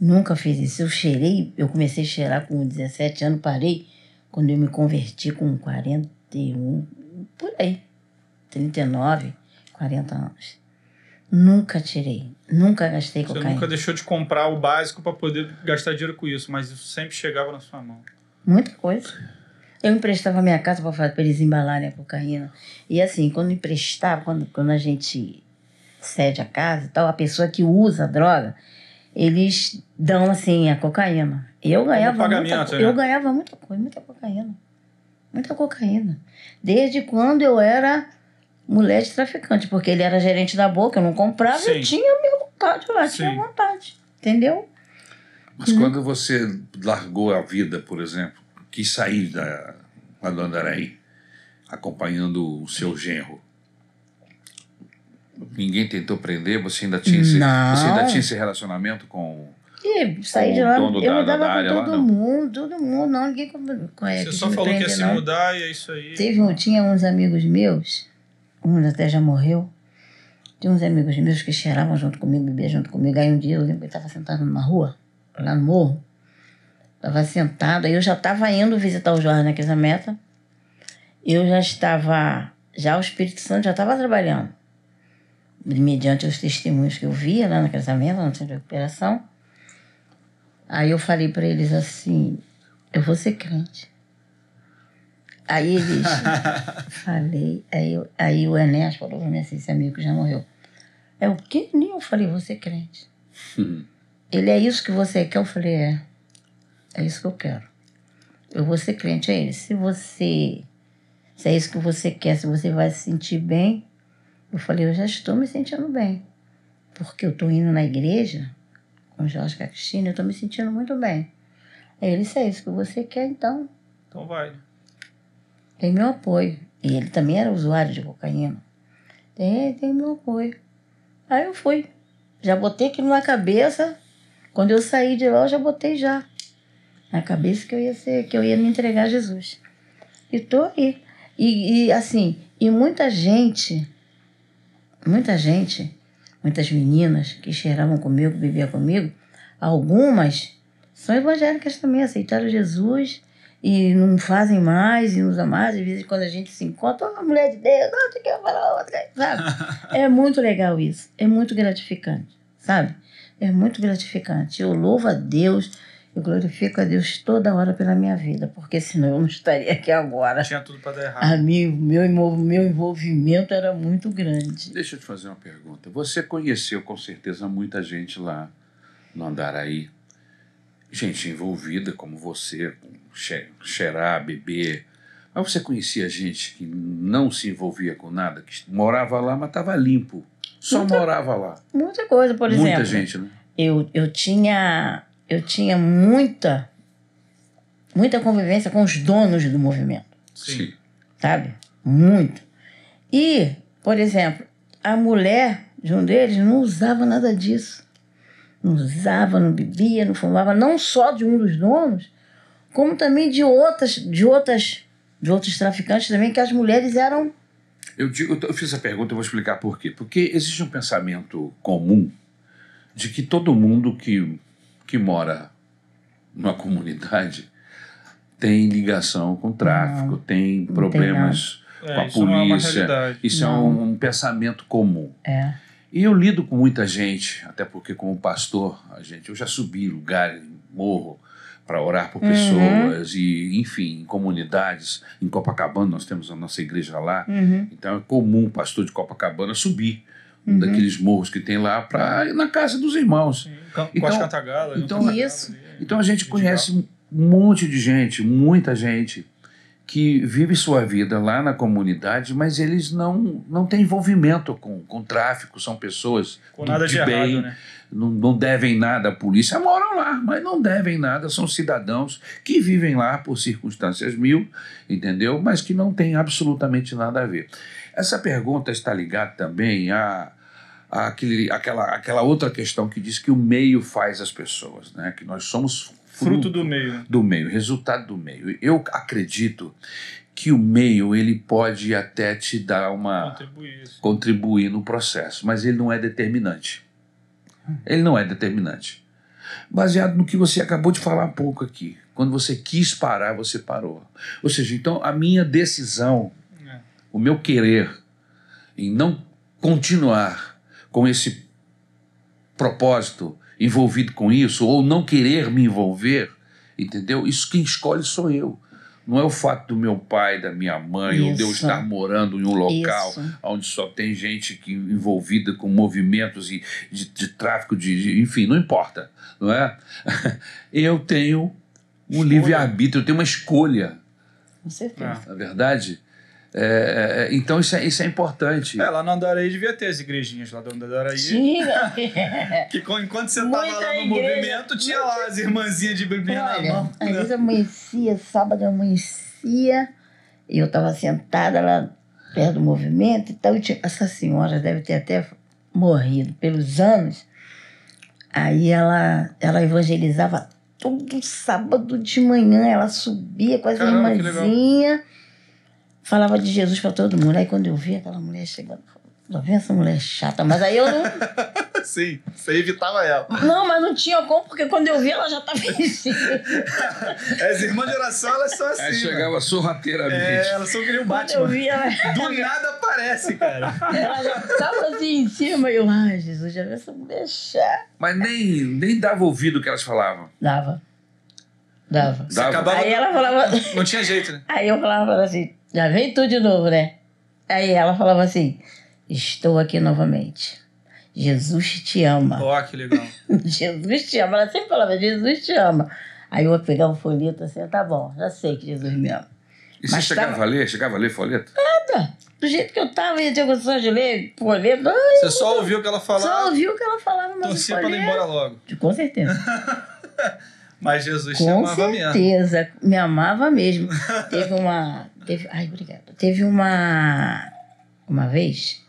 C: Nunca fiz isso. Eu cheirei, eu comecei a cheirar com 17 anos, parei quando eu me converti com 41, por aí, 39, 40 anos. Nunca tirei, nunca gastei
B: Você
C: cocaína.
B: nunca deixou de comprar o básico pra poder gastar dinheiro com isso, mas isso sempre chegava na sua mão.
C: Muita coisa. Eu emprestava minha casa para eles embalarem a cocaína. E assim, quando emprestava, quando, quando a gente cede a casa e tal, a pessoa que usa a droga, eles dão assim a cocaína. Eu ganhava muita,
B: pagamento,
C: co-
B: né?
C: eu ganhava muita coisa, muita cocaína. Muita cocaína. Desde quando eu era mulher de traficante, porque ele era gerente da boca, eu não comprava,
B: Sim.
C: eu tinha a minha vontade lá,
B: Sim.
C: tinha vontade. Entendeu?
A: mas quando você largou a vida, por exemplo, quis sair da lá do Andaraí, acompanhando o seu genro. Ninguém tentou prender, você ainda tinha esse,
C: Não.
A: você ainda tinha esse relacionamento com
C: E saí de
A: o
C: lá, eu
A: dono da-
C: mudava
A: da área
C: com
A: lá,
C: todo
A: não?
C: mundo, todo mundo, não, ninguém com- conhece.
A: É,
B: Você só falou que ia se mudar e é isso aí.
C: Teve um, tinha uns amigos meus, um até já morreu, tinha uns amigos meus que cheiravam junto comigo, bebiam junto comigo. Aí um dia eu lembro que eu estava sentado numa rua, lá no morro, estava sentado, aí eu já estava indo visitar o Jorge na Casa Meta, eu já estava, já o Espírito Santo já estava trabalhando mediante os testemunhos que eu via lá no casamento, no centro de recuperação. Aí eu falei para eles assim: eu vou ser crente. Aí eles. falei, aí, eu- aí o Enéas falou para mim assim: esse amigo já morreu. É o que? Nem eu falei: você é crente. Ele é isso que você quer? Eu falei: é. É isso que eu quero. Eu vou ser crente é a ele. Se você. Se é isso que você quer, se você vai se sentir bem, Eu falei, eu já estou me sentindo bem. Porque eu estou indo na igreja com Jorge e a Cristina, eu estou me sentindo muito bem. Aí ele disse, é isso que você quer, então
B: Então vai.
C: tem meu apoio. E ele também era usuário de cocaína. Tem, tem meu apoio. Aí eu fui. Já botei aquilo na cabeça. Quando eu saí de lá, eu já botei já. Na cabeça que eu ia ser, que eu ia me entregar a Jesus. E tô aí. E, e assim, e muita gente, muita gente, muitas meninas que cheiravam comigo, bebiam comigo, algumas são evangélicas também, aceitaram Jesus e não fazem mais, e não usam mais. Às vezes, quando a gente se encontra, oh, mulher de Deus, ah, não sei o que eu falo, outra", sabe? É muito legal isso, é muito gratificante, sabe? É muito gratificante. Eu louvo a Deus, eu glorifico a Deus toda hora pela minha vida, porque senão eu não estaria aqui agora.
B: Tinha tudo
A: Ah.
B: pra dar errado.
C: A mim, o meu, envol- meu envolvimento era muito grande.
A: Deixa eu te fazer uma pergunta. Você conheceu com certeza muita gente lá no Andaraí. Gente envolvida como você, com che- cheirar, beber. Mas você conhecia gente que não se envolvia com nada, que morava lá, mas estava limpo. Só
C: Muita-
A: morava lá.
C: Muita coisa, Então, por
A: muita
C: exemplo.
A: gente, né?
C: eu, eu tinha eu tinha muita muita convivência com os donos do movimento,
B: Sim.
C: sabe? Muito. E, por exemplo, a mulher de um deles não usava nada disso. Não usava, não bebia, não fumava, não só de um dos donos, como também de outras, de outras, de outros traficantes também que as mulheres eram
A: Eu, digo, eu fiz essa pergunta, eu vou explicar por quê. Porque existe um pensamento comum de que todo mundo que, que mora numa comunidade tem ligação com o tráfico, tem
C: tem
A: problemas
B: É,
A: com a
B: isso não é uma
A: polícia.
B: realidade.
A: isso é
C: Não.
A: um, um pensamento comum.
C: é,
A: E eu lido com muita gente, até porque como pastor, a gente, eu já subi lugar, morro, para orar por
C: Uhum.
A: pessoas e, enfim, em comunidades. Em Copacabana, nós temos a nossa igreja lá.
C: uhum,
A: Então é comum o pastor de Copacabana subir um
C: Uhum.
A: daqueles morros que tem lá para ir na casa dos irmãos.
B: Sim. Com
A: Então-
B: as cantagalas.
A: então-
B: não tem
C: Isso.
B: nada ali.
A: Então a gente
B: Legal.
A: conhece um monte de gente, muita gente que vive sua vida lá na comunidade, mas eles não, não têm envolvimento com, com tráfico, são pessoas
B: Com
A: do-
B: nada
A: de
B: de
A: bem,
B: errado, né?
A: não, não devem nada à polícia, moram lá, mas não devem nada, são cidadãos que vivem lá por circunstâncias mil, entendeu? Mas que não tem absolutamente nada a ver. Essa pergunta está ligada também a, a aquele, aquela, aquela outra questão que diz que o meio faz as pessoas, né? Que nós somos
B: Fruto do meio. né?
A: do meio, resultado do meio. Eu acredito que o meio ele pode até te dar uma
B: Contribui isso.
A: contribuir no processo, mas ele não é determinante. Ele não é determinante. Baseado no que você acabou de falar há pouco aqui. Quando você quis parar, você parou. Ou seja, então a minha decisão,
B: É.
A: o meu querer em não continuar com esse propósito envolvido com isso, ou não querer me envolver, entendeu? Isso quem escolhe sou eu. Não é o fato do meu pai, da minha mãe, ou de eu
C: Isso.
A: estar morando em um local
C: isso.
A: onde só tem gente que, envolvida com movimentos e de, de tráfico, de, de- enfim, não importa, não é? [laughs] Eu tenho um
B: Escolha.
A: livre-arbítrio, eu tenho uma escolha,
C: com certeza.
B: É.
A: na verdade. É, é, é, então isso é, isso é importante.
B: É, lá no Andaraí devia ter as igrejinhas lá do Andaraí. [laughs]
C: Tinha.
B: Que co- enquanto você
C: Muita
B: tava lá no
C: igreja.
B: movimento, tinha lá as irmãzinhas de bebinha na
C: Olha,
B: mão.
C: às vezes amanhecia, sábado amanhecia, e eu estava sentada lá perto do movimento e tal. e tinha- essa senhora deve ter até morrido pelos anos. Aí ela, ela evangelizava todo sábado de manhã, ela subia com as
B: Caramba, que legal.
C: irmãzinhas, falava de Jesus para todo mundo. Aí quando eu vi aquela mulher chegando, eu falei, lá vem essa mulher chata, mas aí eu não.
B: [laughs] Sim, você evitava ela.
C: Não, mas não tinha como, porque quando eu vi ela já estava vestida.
B: As irmãs de oração, elas são assim.
A: Aí
B: mano.
A: É, chegava sorrateiramente.
B: É, elas são que nem o
C: Quando eu
B: Batman.
C: vi ela.
B: Do nada aparece, cara.
C: Ela já tava assim em cima, e eu, ai, Jesus, já viu essa mulher chata.
A: Mas nem, nem dava ouvido o que elas falavam.
C: Dava. Dava.
A: Dava.
B: acabava-
C: Aí é- ela falava,
B: Não tinha jeito, né?
C: aí eu falava pra ela assim, já vem tu de novo, né? Aí ela falava assim, estou aqui novamente. Jesus te ama. [laughs]
B: Ó, que legal.
C: Jesus te ama. Ela sempre falava, Jesus te ama. Aí eu pegava o folheto assim, tá bom, já sei que Jesus me ama.
A: E você
C: Mas
A: chegava
C: tava-
A: a ler? Chegava a ler folheto?
C: nada. Do jeito que eu tava, eu tinha condição de ler, pô, ler, ai,
B: Você só ouviu o que ela falava.
C: só ouvi o que ela falava, mas
B: Torcia
C: não
B: pra ela ir
C: falei.
B: embora logo.
C: Com certeza.
B: [laughs] Mas Jesus te
C: Com
B: amava mesmo.
C: certeza, me
B: [laughs]
C: amava mesmo. teve uma. Teve, ai, obrigada. Teve uma. Uma vez.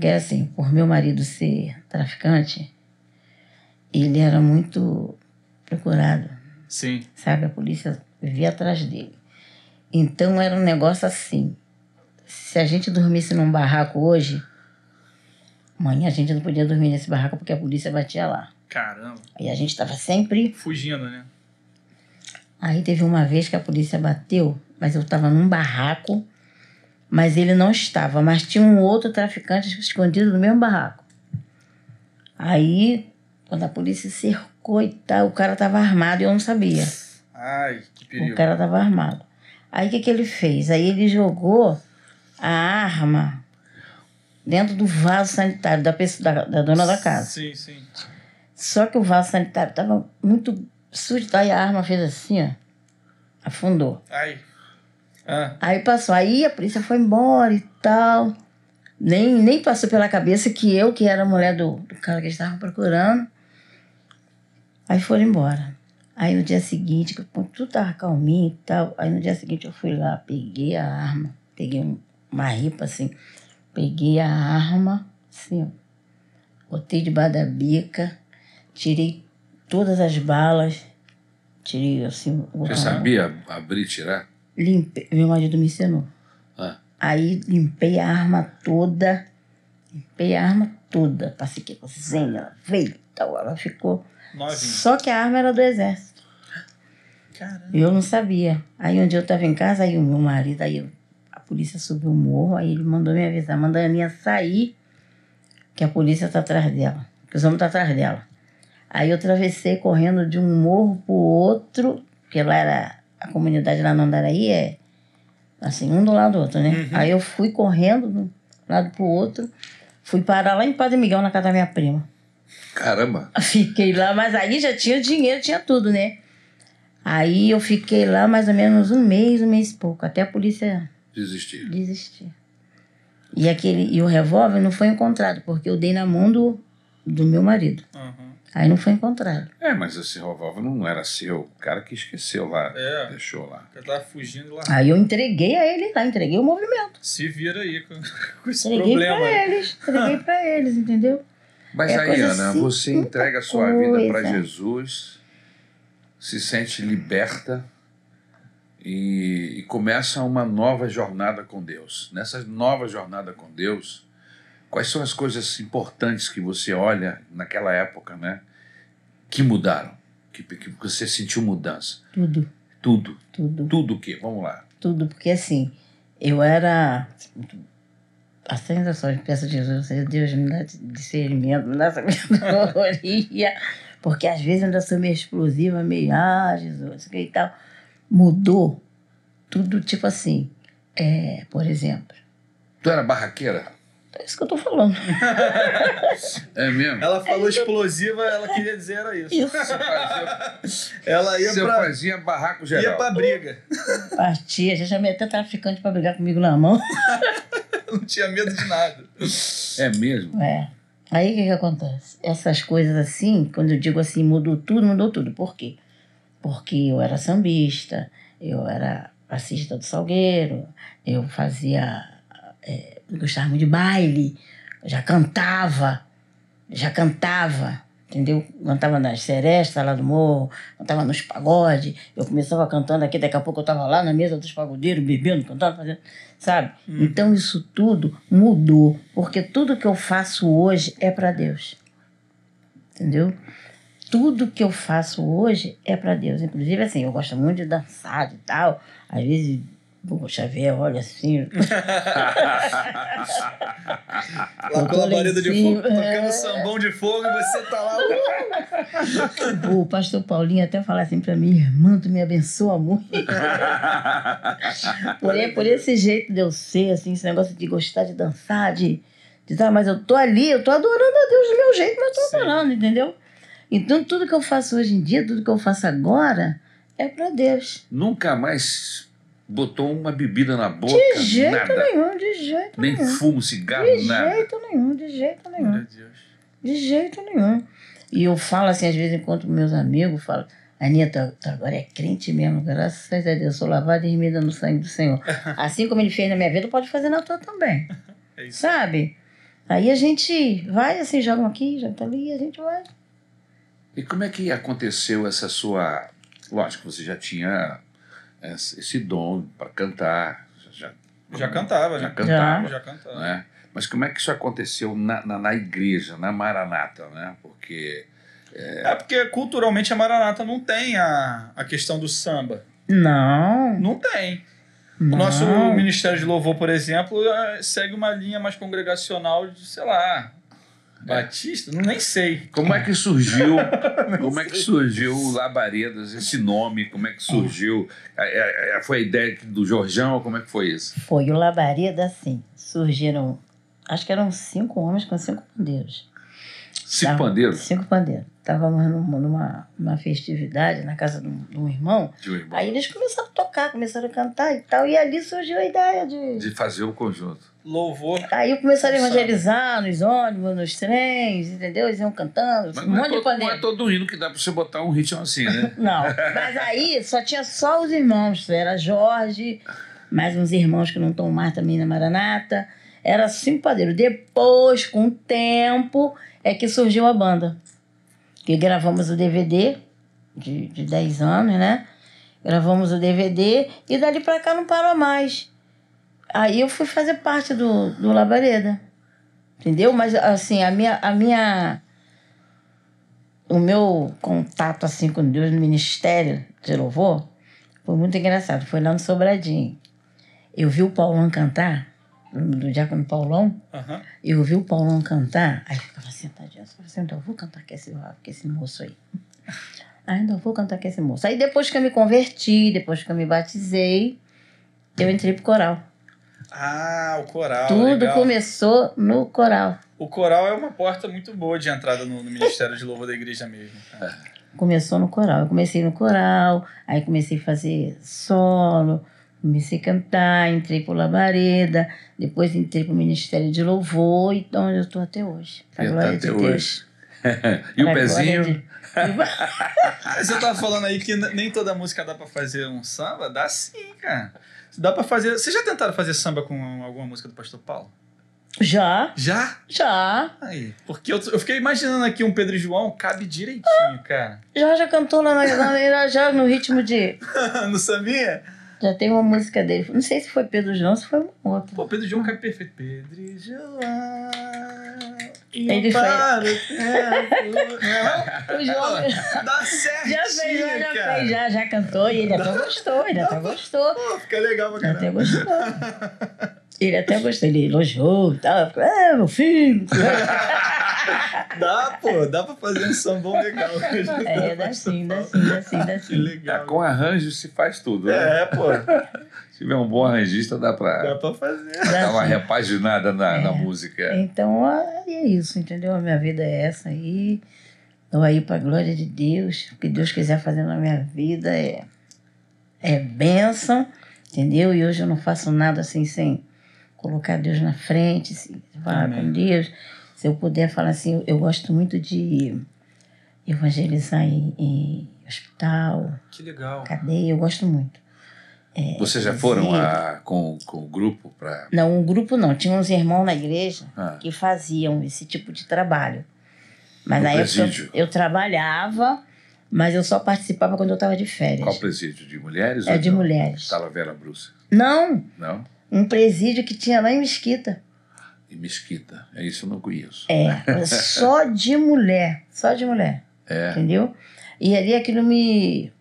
C: Que é assim, por meu marido ser traficante, ele era muito procurado,
B: Sim.
C: sabe? A polícia vivia atrás dele. Então era um negócio assim. Se a gente dormisse num barraco hoje, amanhã a gente não podia dormir nesse barraco porque a polícia batia lá.
B: Caramba.
C: E a gente estava sempre
B: Fugindo, né?
C: Aí teve uma vez que a polícia bateu, mas eu estava num barraco, mas ele não estava, mas tinha um outro traficante escondido no mesmo barraco. Aí, quando a polícia cercou e tal, o cara estava armado e eu não sabia.
B: Ai, que
C: O
B: perigo.
C: cara estava armado. Aí o que, que ele fez? Aí ele jogou a arma dentro do vaso sanitário da, pessoa, da, da dona da casa.
B: Sim, sim.
C: Só que o vaso sanitário tava muito sujo, aí a arma fez assim, ó. Afundou.
B: Ai. Ah,
C: Aí passou, aí a polícia foi embora e tal. Nem, nem passou pela cabeça que eu, que era a mulher do, do cara que eles estavam procurando. Aí foram embora. Aí no dia seguinte, que eu- tudo tava calminho e tal. Aí no dia seguinte eu fui lá, peguei a arma, peguei um- uma ripa assim, peguei a arma, assim, ó, botei debaixo da bica, tirei todas as balas, tirei assim,
A: Você
C: o-
A: sabia abrir e tirar?
C: limpei, meu marido me ensinou.
A: Ah,
C: Aí limpei a arma toda, limpei a arma toda, passei aqui com senha, ela veio e tal, ela ficou.
B: novinho.
C: Só que a arma era do exército.
B: Caramba.
C: E eu não sabia. Aí um dia eu tava em casa, aí o meu marido, aí eu- a polícia subiu o morro, aí ele mandou me avisar, mandou a Aninha sair, que a polícia tá atrás dela, que os homens tá atrás dela. Aí eu atravessei correndo de um morro pro outro, porque lá era a comunidade lá no Andaraí é assim, um do lado do outro, né? Aí eu fui correndo de um lado pro outro, fui parar lá em Padre Miguel, na casa da minha prima.
A: caramba!
C: Fiquei lá, mas aí já tinha dinheiro, tinha tudo, né? Aí eu fiquei lá mais ou menos um mês, um mês e pouco, até a polícia
A: Desistir.
B: Hum.
C: desistir. E, aquele, e o revólver não foi encontrado, porque eu dei na mão do, do meu marido.
B: Aham.
C: Aí não foi encontrado.
A: É, mas esse revólver não era seu. O cara que esqueceu lá,
B: É.
A: deixou lá.
B: Eu tava fugindo lá.
C: Aí eu entreguei a ele lá, entreguei o movimento.
B: Se vira aí com, [laughs] com esse
C: Entreguei
B: problema
C: pra
B: aí.
C: eles, entreguei pra eles, entendeu?
A: Mas
C: É
A: aí,
C: coisa
A: Ana,
C: assim,
A: você
C: muita
A: entrega a sua vida para
C: coisa.
A: Jesus, se sente liberta e, e começa uma nova jornada com Deus. Nessa nova jornada com Deus, quais são as coisas importantes que você olha naquela época, né? Que mudaram, que, que você sentiu mudança?
C: [laughs] Tudo,
A: Tudo,
C: tudo.
A: tudo o quê? Vamos lá.
C: tudo, porque assim, eu era. A sensação de peço a Jesus, Senhor Deus, me dá discernimento, me dá [laughs] sabedoria, porque às vezes eu ainda sou meio explosiva, meio, ah, Jesus, e tal. Mudou tudo, tipo assim, é, por exemplo,
A: Tu era barraqueira?
C: é isso que eu tô falando.
A: É mesmo?
B: Ela falou explosiva, ela queria dizer era isso.
C: Isso.
A: Você fazia,
B: Ela ia
A: você
B: pra,
A: fazia barraco
B: ia
A: geral.
B: pra briga.
C: Partia, já chamei até traficante pra brigar comigo na mão.
B: Não tinha medo de nada.
A: É
B: [laughs]
A: mesmo?
C: É. Aí o que, que acontece? Essas coisas assim, quando eu digo assim, mudou tudo, mudou tudo. Por quê? Porque eu era sambista, eu era assista do Salgueiro, eu fazia. É, eu gostava muito de baile, eu já cantava, já cantava, entendeu? Cantava nas serestas lá do morro, cantava nos pagodes, eu começava cantando aqui, daqui a pouco eu estava lá na mesa dos pagodeiros, bebendo, cantando, fazendo, sabe? Então isso tudo mudou, porque tudo que eu faço hoje é para Deus. Entendeu? Tudo que eu faço hoje é para Deus. Inclusive, assim, eu gosto muito de dançar e tal. Às vezes, poxa, ver, olha assim, [laughs]
B: Lá com a
C: tô lá em
B: labareda de fogo,
C: cima.
B: tocando sambão de fogo e você tá lá.
C: o pastor Paulinho até fala assim para mim, irmã, tu me abençoa muito. Por, e- por esse jeito de eu ser, assim, esse negócio de gostar de dançar, de, de tal, mas eu tô ali, eu tô adorando a Deus do meu jeito, mas eu tô
B: Sim.
C: adorando, entendeu? Então tudo que eu faço hoje em dia, tudo que eu faço agora, é pra Deus.
A: Nunca mais botou uma bebida na boca,
C: De jeito
A: nada.
C: nenhum, de jeito
A: Nem
C: nenhum.
A: fumo, cigarro,
C: De
A: nada.
C: jeito nenhum, de jeito nenhum.
B: Meu Deus.
C: De jeito nenhum. E eu falo assim, às vezes encontro meus amigos, falo, Anitta, tu agora é crente mesmo, graças a Deus, eu sou lavada e remida no sangue
A: [laughs]
C: do Senhor. Assim como ele fez na minha vida, pode fazer na tua também.
B: É isso.
C: Sabe? Aí a gente vai assim, jogam aqui, jogam ali, e a gente vai.
A: E como é que aconteceu essa sua. Lógico, você já tinha esse esse dom para cantar, já,
B: Já cantava,
A: já
B: já.
A: cantava.
B: Já cantava.
A: Né? Mas como é que isso aconteceu na, na, na igreja, na Maranata, né? Porque
B: É porque culturalmente a Maranata não tem a, a questão do samba.
C: Não,
B: Não tem. O
C: não.
B: nosso Ministério de Louvor, por exemplo, é- segue uma linha mais congregacional de, sei lá, Batista? Não, nem sei.
A: como é que
C: [laughs]
A: surgiu, como é que surgiu o Labaredas, esse nome, como é que surgiu? É, é, é, foi a ideia que- do Jorjão, como é que foi isso?
C: Foi o labareda, assim. Surgiram, acho que eram cinco homens com cinco pandeiros.
A: Cinco
C: Tava-
A: pandeiros
C: Cinco pandeiros. Estávamos numa, numa, numa festividade na casa de um, de um irmão.
A: de um irmão,
C: Aí eles começaram a tocar, começaram a cantar e tal. E ali surgiu a ideia de.
A: de fazer o conjunto.
B: Louvor.
C: Aí começaram a
B: Sabe.
C: evangelizar nos ônibus, nos trens, entendeu? Eles iam cantando,
A: Mas
C: um
A: não, é
C: monte de
A: todo, não é
C: pandeiro.
A: todo hino que dá pra você botar um ritmo assim, né?
C: [laughs] Não, mas aí só tinha só os irmãos. Era Jorge, mais uns irmãos que não estão mais também na Maranata. Era cinco padeiros. Depois, com o tempo, é que surgiu a banda. Que gravamos o DVD de, de 10 anos, né? Gravamos o DVD e dali pra cá não parou mais. Aí eu fui fazer parte do, do Labareda. Entendeu? Mas assim, a minha, a minha o meu contato assim com Deus no ministério de louvor foi muito engraçado. Foi lá no Sobradinho. Eu vi o Paulão cantar, do Diácono Paulão,
B: Aham.
C: eu ouvi o Paulão cantar, aí eu ficava sentadinha, eu ficava sentadinha, eu vou cantar com esse, com esse moço aí. Ainda vou cantar com esse moço. Aí depois que eu me converti, depois que eu me batizei, eu entrei pro coral.
B: Ah, o coral.
C: Tudo
B: legal.
C: começou no coral.
B: O coral é uma porta muito boa de entrada no, no Ministério de Louvor da Igreja mesmo. cara.
C: começou no coral. Eu comecei no coral, aí comecei a fazer solo, comecei a cantar, entrei pro Labareda, depois entrei pro Ministério de Louvor, então eu tô até hoje. Pra
A: E tá
C: glória
A: até
C: de Deus.
A: [laughs] e o
C: Pra glória
A: pezinho,
C: de- E-
B: Mas Ah, Você tava falando aí que n- nem toda música dá pra fazer um samba? Dá sim, cara. Dá pra fazer. Vocês já tentaram fazer samba com alguma música do Pastor Paulo?
C: Já,
B: Já?
C: já.
B: Aí. Porque eu, eu fiquei imaginando aqui um Pedro e João cabe direitinho, cara.
C: Já já cantou lá na galera, já no ritmo de.
B: Não sabia?
C: Já tem uma música dele. Não sei se foi Pedro João, se foi um uma outra.
B: Pô, Pedro e João cabe perfeito. Pedro e João.
C: Ele foi-
B: para o
C: [laughs]
B: tempo. Não é
A: [laughs]
C: O João.
B: não? Dá certinho,
C: Já fez, já, já
B: cara.
C: fez, já, já cantou e ele até gostou, ele até gostou.
B: Pô, fica legal pra
C: Ele
B: caramba.
C: até
B: [laughs]
C: gostou. Ele até gostou, ele elogiou e tal. Ficou, É,
B: [laughs]
C: meu filho.
B: Dá, pô, dá pra fazer um sambão legal.
C: [laughs] É, dá sim, dá sim, dá sim, dá
B: Que
C: sim.
B: legal.
A: com arranjo se faz tudo, né?
B: É, pô, dá
A: Se tiver um bom arranjista, dá pra
B: pra fazer.
C: Dá
A: dar uma
C: sim.
A: repaginada na, na
C: É.
A: música.
C: Então, aí é isso, entendeu? A minha vida é essa aí. Tô aí pra glória de Deus. O que Deus quiser fazer na minha vida é, é bênção, entendeu? E hoje eu não faço nada assim sem colocar Deus na frente, se falar
B: Amém.
C: com Deus. Se eu puder falar assim, eu gosto muito de evangelizar em, em hospital,
B: Que legal.
C: cadeia, eu gosto muito.
A: Vocês já
C: sim.
A: foram a, com, com o grupo pra.
C: Não, um grupo não, tinha uns irmãos na igreja
A: Ah,
C: que faziam esse tipo de trabalho. Mas
A: No
C: na época
A: presídio.
C: eu, eu trabalhava, mas eu só participava quando eu estava de férias.
A: qual presídio? Tá. De mulheres?
C: É
A: ou
C: de
A: não?
C: mulheres.
A: Talavera Bruxa.
C: Não,
A: Não?
C: um presídio que tinha lá em Mesquita.
A: E Mesquita. É isso eu não conheço. [laughs]
C: É, só de mulher, só de mulher,
A: É.
C: entendeu? E ali aquilo me...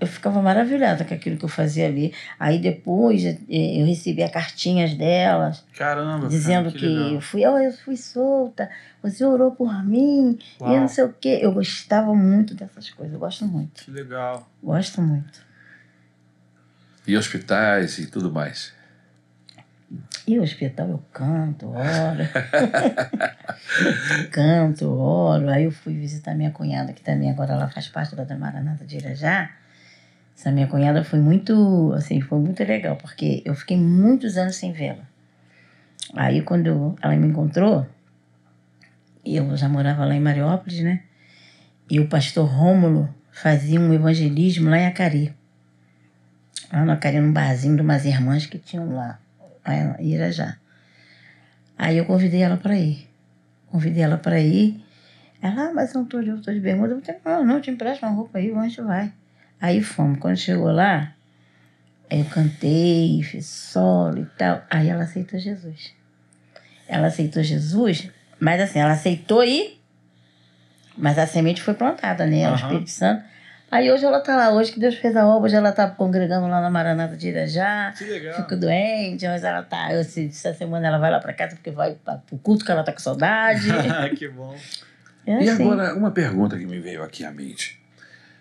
C: Eu ficava maravilhada com aquilo que eu fazia ali. Aí depois eh, eu recebia cartinhas delas,
B: Caramba. cara,
C: dizendo que, eu
B: legal.
C: fui, oh, eu fui solta, você orou por mim, e eu
B: Uau.
C: não sei o quê. Eu gostava muito dessas coisas, eu gosto muito,
B: Que legal.
C: gosto muito.
A: E hospitais e tudo mais.
C: E o hospital eu canto, oro. canto, oro. Aí eu fui visitar minha cunhada, que também agora ela faz parte lá da Maranata de Irajá. Essa minha cunhada foi muito, assim, foi muito legal, porque eu fiquei muitos anos sem vê-la. Aí quando ela me encontrou, e eu já morava lá em Mariópolis, né? E o pastor Rômulo fazia um evangelismo lá em Acari. Lá no Acari, num um barzinho de umas irmãs que tinham lá, lá em Irajá. Aí eu convidei ela para ir. Convidei ela para ir. Ela, ah, mas eu não tô de, eu tô de bermuda. Eu falei, não, não, te empresta uma roupa aí, onde vai? Aí fomos. Quando chegou lá, eu cantei, fiz solo e tal. Aí ela aceitou Jesus. Ela aceitou Jesus, mas assim, ela aceitou e... Mas a semente foi plantada, né? O
B: Aham.
C: Espírito Santo. Aí hoje ela tá lá, hoje que Deus fez a obra, hoje ela tá congregando lá na Maranata de Irajá
B: Que legal.
C: fico doente, mas ela tá. Eu, se- essa semana ela vai lá pra casa porque vai pra, pro culto que ela tá com saudade.
B: [laughs] que bom.
A: [laughs]
C: É
A: E
C: assim.
A: agora, uma pergunta que me veio aqui à mente.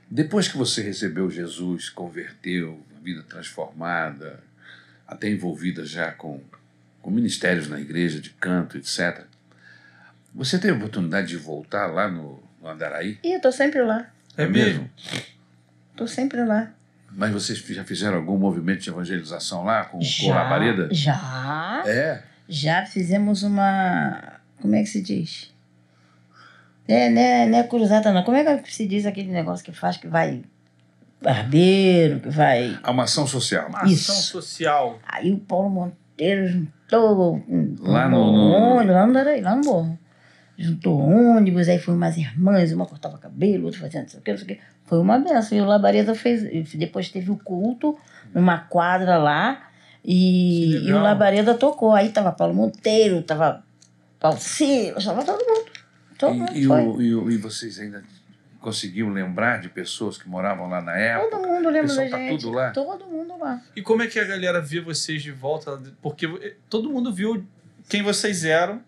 A: Depois que você recebeu Jesus, converteu, a vida transformada, até envolvida já com, com ministérios na igreja, de canto, etc., você teve a oportunidade de voltar lá no, no Andaraí?
C: Ih, eu tô sempre lá.
B: É mesmo?
C: Tô sempre lá.
A: Mas vocês já fizeram algum movimento de evangelização lá com, com a labareda?
C: Já.
A: É.
C: Já fizemos uma. Como é que se diz? Né, né, né, cruzada não. Como é que se diz aquele negócio que faz que vai. Barbeiro, que vai.
A: Há uma ação social.
B: Uma
C: Isso.
B: ação social.
C: Aí o Paulo Monteiro juntou um-
A: Lá
C: um
A: no- no-
C: ônibus, lá no Daraí, lá no morro. Juntou ônibus, aí foi umas irmãs, uma cortava cabelo, outra fazia não sei o que, não sei o que. Foi uma benção. E o Labareda fez. e Depois teve o culto numa quadra lá.
B: Que
C: E,
B: legal.
C: e o Labareda tocou. Aí tava Paulo Monteiro, tava Paulo Silas, tava todo mundo. Todo mundo
A: E, e,
C: foi.
A: o- e o- e vocês ainda conseguiam lembrar de pessoas que moravam lá na época?
C: Todo mundo lembra da
A: pessoal tá
C: gente.
A: tudo lá?
C: Todo mundo lá.
B: E como é que a galera vê vocês de volta? Porque todo mundo viu quem vocês eram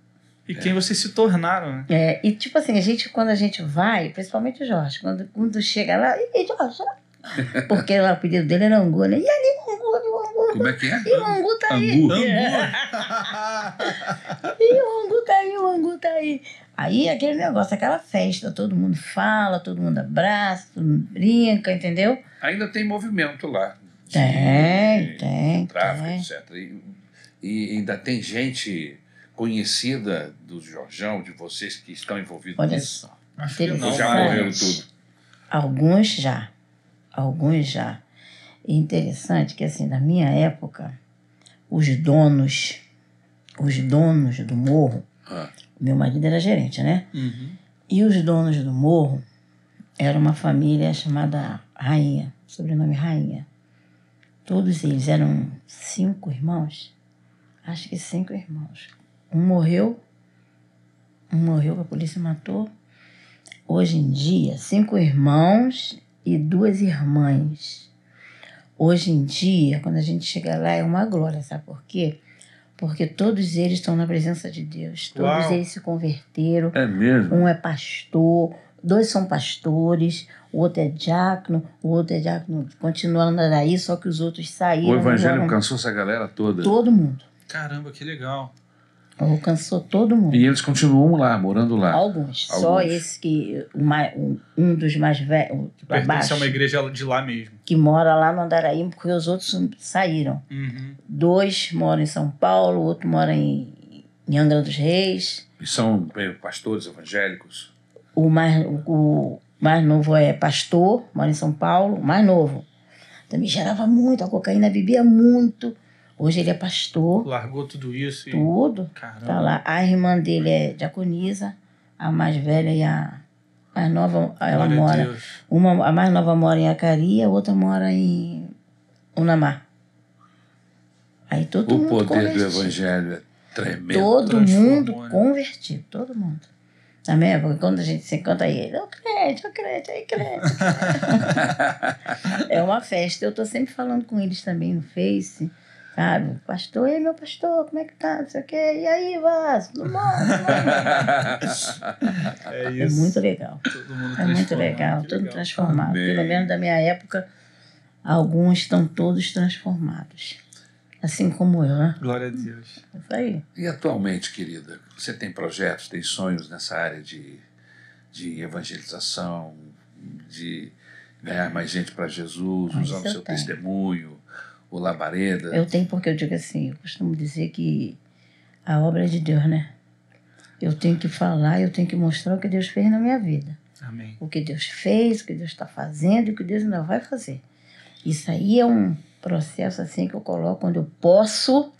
B: e quem vocês se tornaram, né?
C: É, e tipo assim, a gente, quando a gente vai, principalmente o Jorge, quando, quando chega lá, e Jorge, ó." porque lá o pedido dele era angu, né? E ali o angu, ali o angu,
A: Como é que é?
C: e o angu tá aí.
A: Angu.
C: [laughs] E o angu tá aí, o angu tá aí. Aí aquele negócio, aquela festa, todo mundo fala, todo mundo abraça, todo mundo brinca, entendeu?
A: Ainda tem movimento lá. de-
C: Tem,
A: de
C: tem,
A: Tráfico,
C: tem.
A: etc. E, e ainda tem gente conhecida do Jorjão, de vocês que estão envolvidos
C: Olha
A: nisso.
C: só.
B: Acho que
A: Ou
B: não. né?
A: já
C: Interessante.
A: morreram tudo.
C: Alguns já. Alguns já. E interessante que, assim, na minha época, os donos, os donos do morro,
A: Ah,
C: meu marido era gerente, né?
B: Uhum.
C: E os donos do morro era uma família chamada Rainha, sobrenome Rainha. Todos eles eram cinco irmãos, acho que cinco irmãos. Um morreu, um morreu que a polícia matou. Hoje em dia, cinco irmãos e duas irmãs. Hoje em dia, quando a gente chega lá, é uma glória, sabe por quê? Porque todos eles estão na presença de Deus, todos
B: Uau.
C: eles se converteram,
A: é mesmo?
C: um é pastor, dois são pastores, o outro é diácono, o outro é diácono, continua na daí, só que os outros saíram.
A: O evangelho
C: moram-
A: alcançou essa galera toda.
C: Todo mundo.
B: Caramba, que legal.
C: Alcançou todo mundo.
A: E eles continuam lá, morando lá.
C: Alguns. Só
A: alguns.
C: esse que o mai- um, um dos mais velhos,
B: Pertence
C: abaixo,
B: a uma igreja de lá mesmo.
C: que mora lá no Andaraí, porque os outros saíram.
B: Uhum.
C: Dois moram em São Paulo, o outro mora em, em Angra dos Reis.
A: E são eh, pastores evangélicos.
C: O mais, o- o mais novo é pastor, mora em São Paulo, o mais novo. Também gerava muito, a cocaína bebia muito. Hoje ele é pastor,
B: Largou tudo isso e.
C: tudo. Tá
B: Caramba.
C: lá. A irmã dele é diaconisa, a mais velha e a mais nova, ela
B: Glória a
C: mora.
B: Deus.
C: Uma, a mais nova mora em Acari, a outra mora em Unamar. Aí todo
A: o
C: mundo
A: poder do
C: convertido.
A: evangelho é tremendo.
C: Todo
B: transformou,
C: mundo
B: né?
C: convertido, todo mundo. Também, porque quando a gente se encontra aí, ele, ô crente, ô crente,
B: [laughs]
C: aí crente. é uma festa. Eu tô sempre falando com eles também no Face, sabe? O Pastor, ei meu pastor, como é que tá? Não sei o quê. E aí, Vaz, tudo bom? Tudo bom?"
A: [laughs]
B: É
C: É
B: isso.
C: muito legal.
B: Todo mundo
C: É muito
B: transformado,
C: legal,
B: que
C: tudo
B: legal.
C: transformado.
A: Amém.
C: Pelo menos da minha época, alguns estão todos transformados. Assim como eu, né?
B: Glória a Deus.
C: É Isso aí.
A: E atualmente, querida, você tem projetos, tem sonhos nessa área de, de evangelização, de ganhar mais gente para Jesus,
C: Ah,
A: usando
C: isso eu
A: seu
C: tenho.
A: testemunho, o labareda.
C: Eu tenho porque eu digo assim, eu costumo dizer que a obra é de Deus, né? Eu tenho que falar, eu tenho que mostrar o que Deus fez na minha vida.
B: Amém.
C: O que Deus fez, o que Deus está fazendo e o que Deus ainda vai fazer. Isso aí é um processo assim que eu coloco quando eu posso.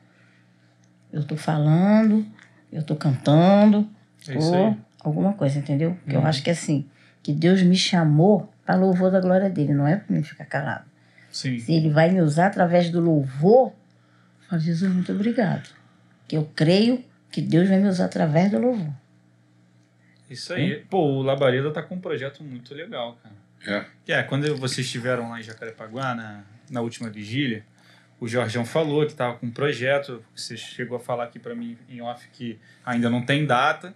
C: Eu estou falando, eu estou cantando,
B: É isso
C: ou
B: aí.
C: alguma coisa, entendeu? Porque eu
B: Uhum.
C: acho que assim, que Deus me chamou para louvor da glória dele, não é para mim ficar calado.
B: Sim.
C: Se ele vai me usar através do louvor, eu falo, Jesus, muito obrigado. Que eu creio que Deus vai me usar através do louvor.
B: Isso aí. Pô, o Labareda tá com um projeto muito legal, cara.
A: É.
B: Que é, quando vocês estiveram lá em Jacarepaguá, na, na última vigília, o Jorgão falou que tava com um projeto, você chegou a falar aqui para mim em off que ainda não tem data,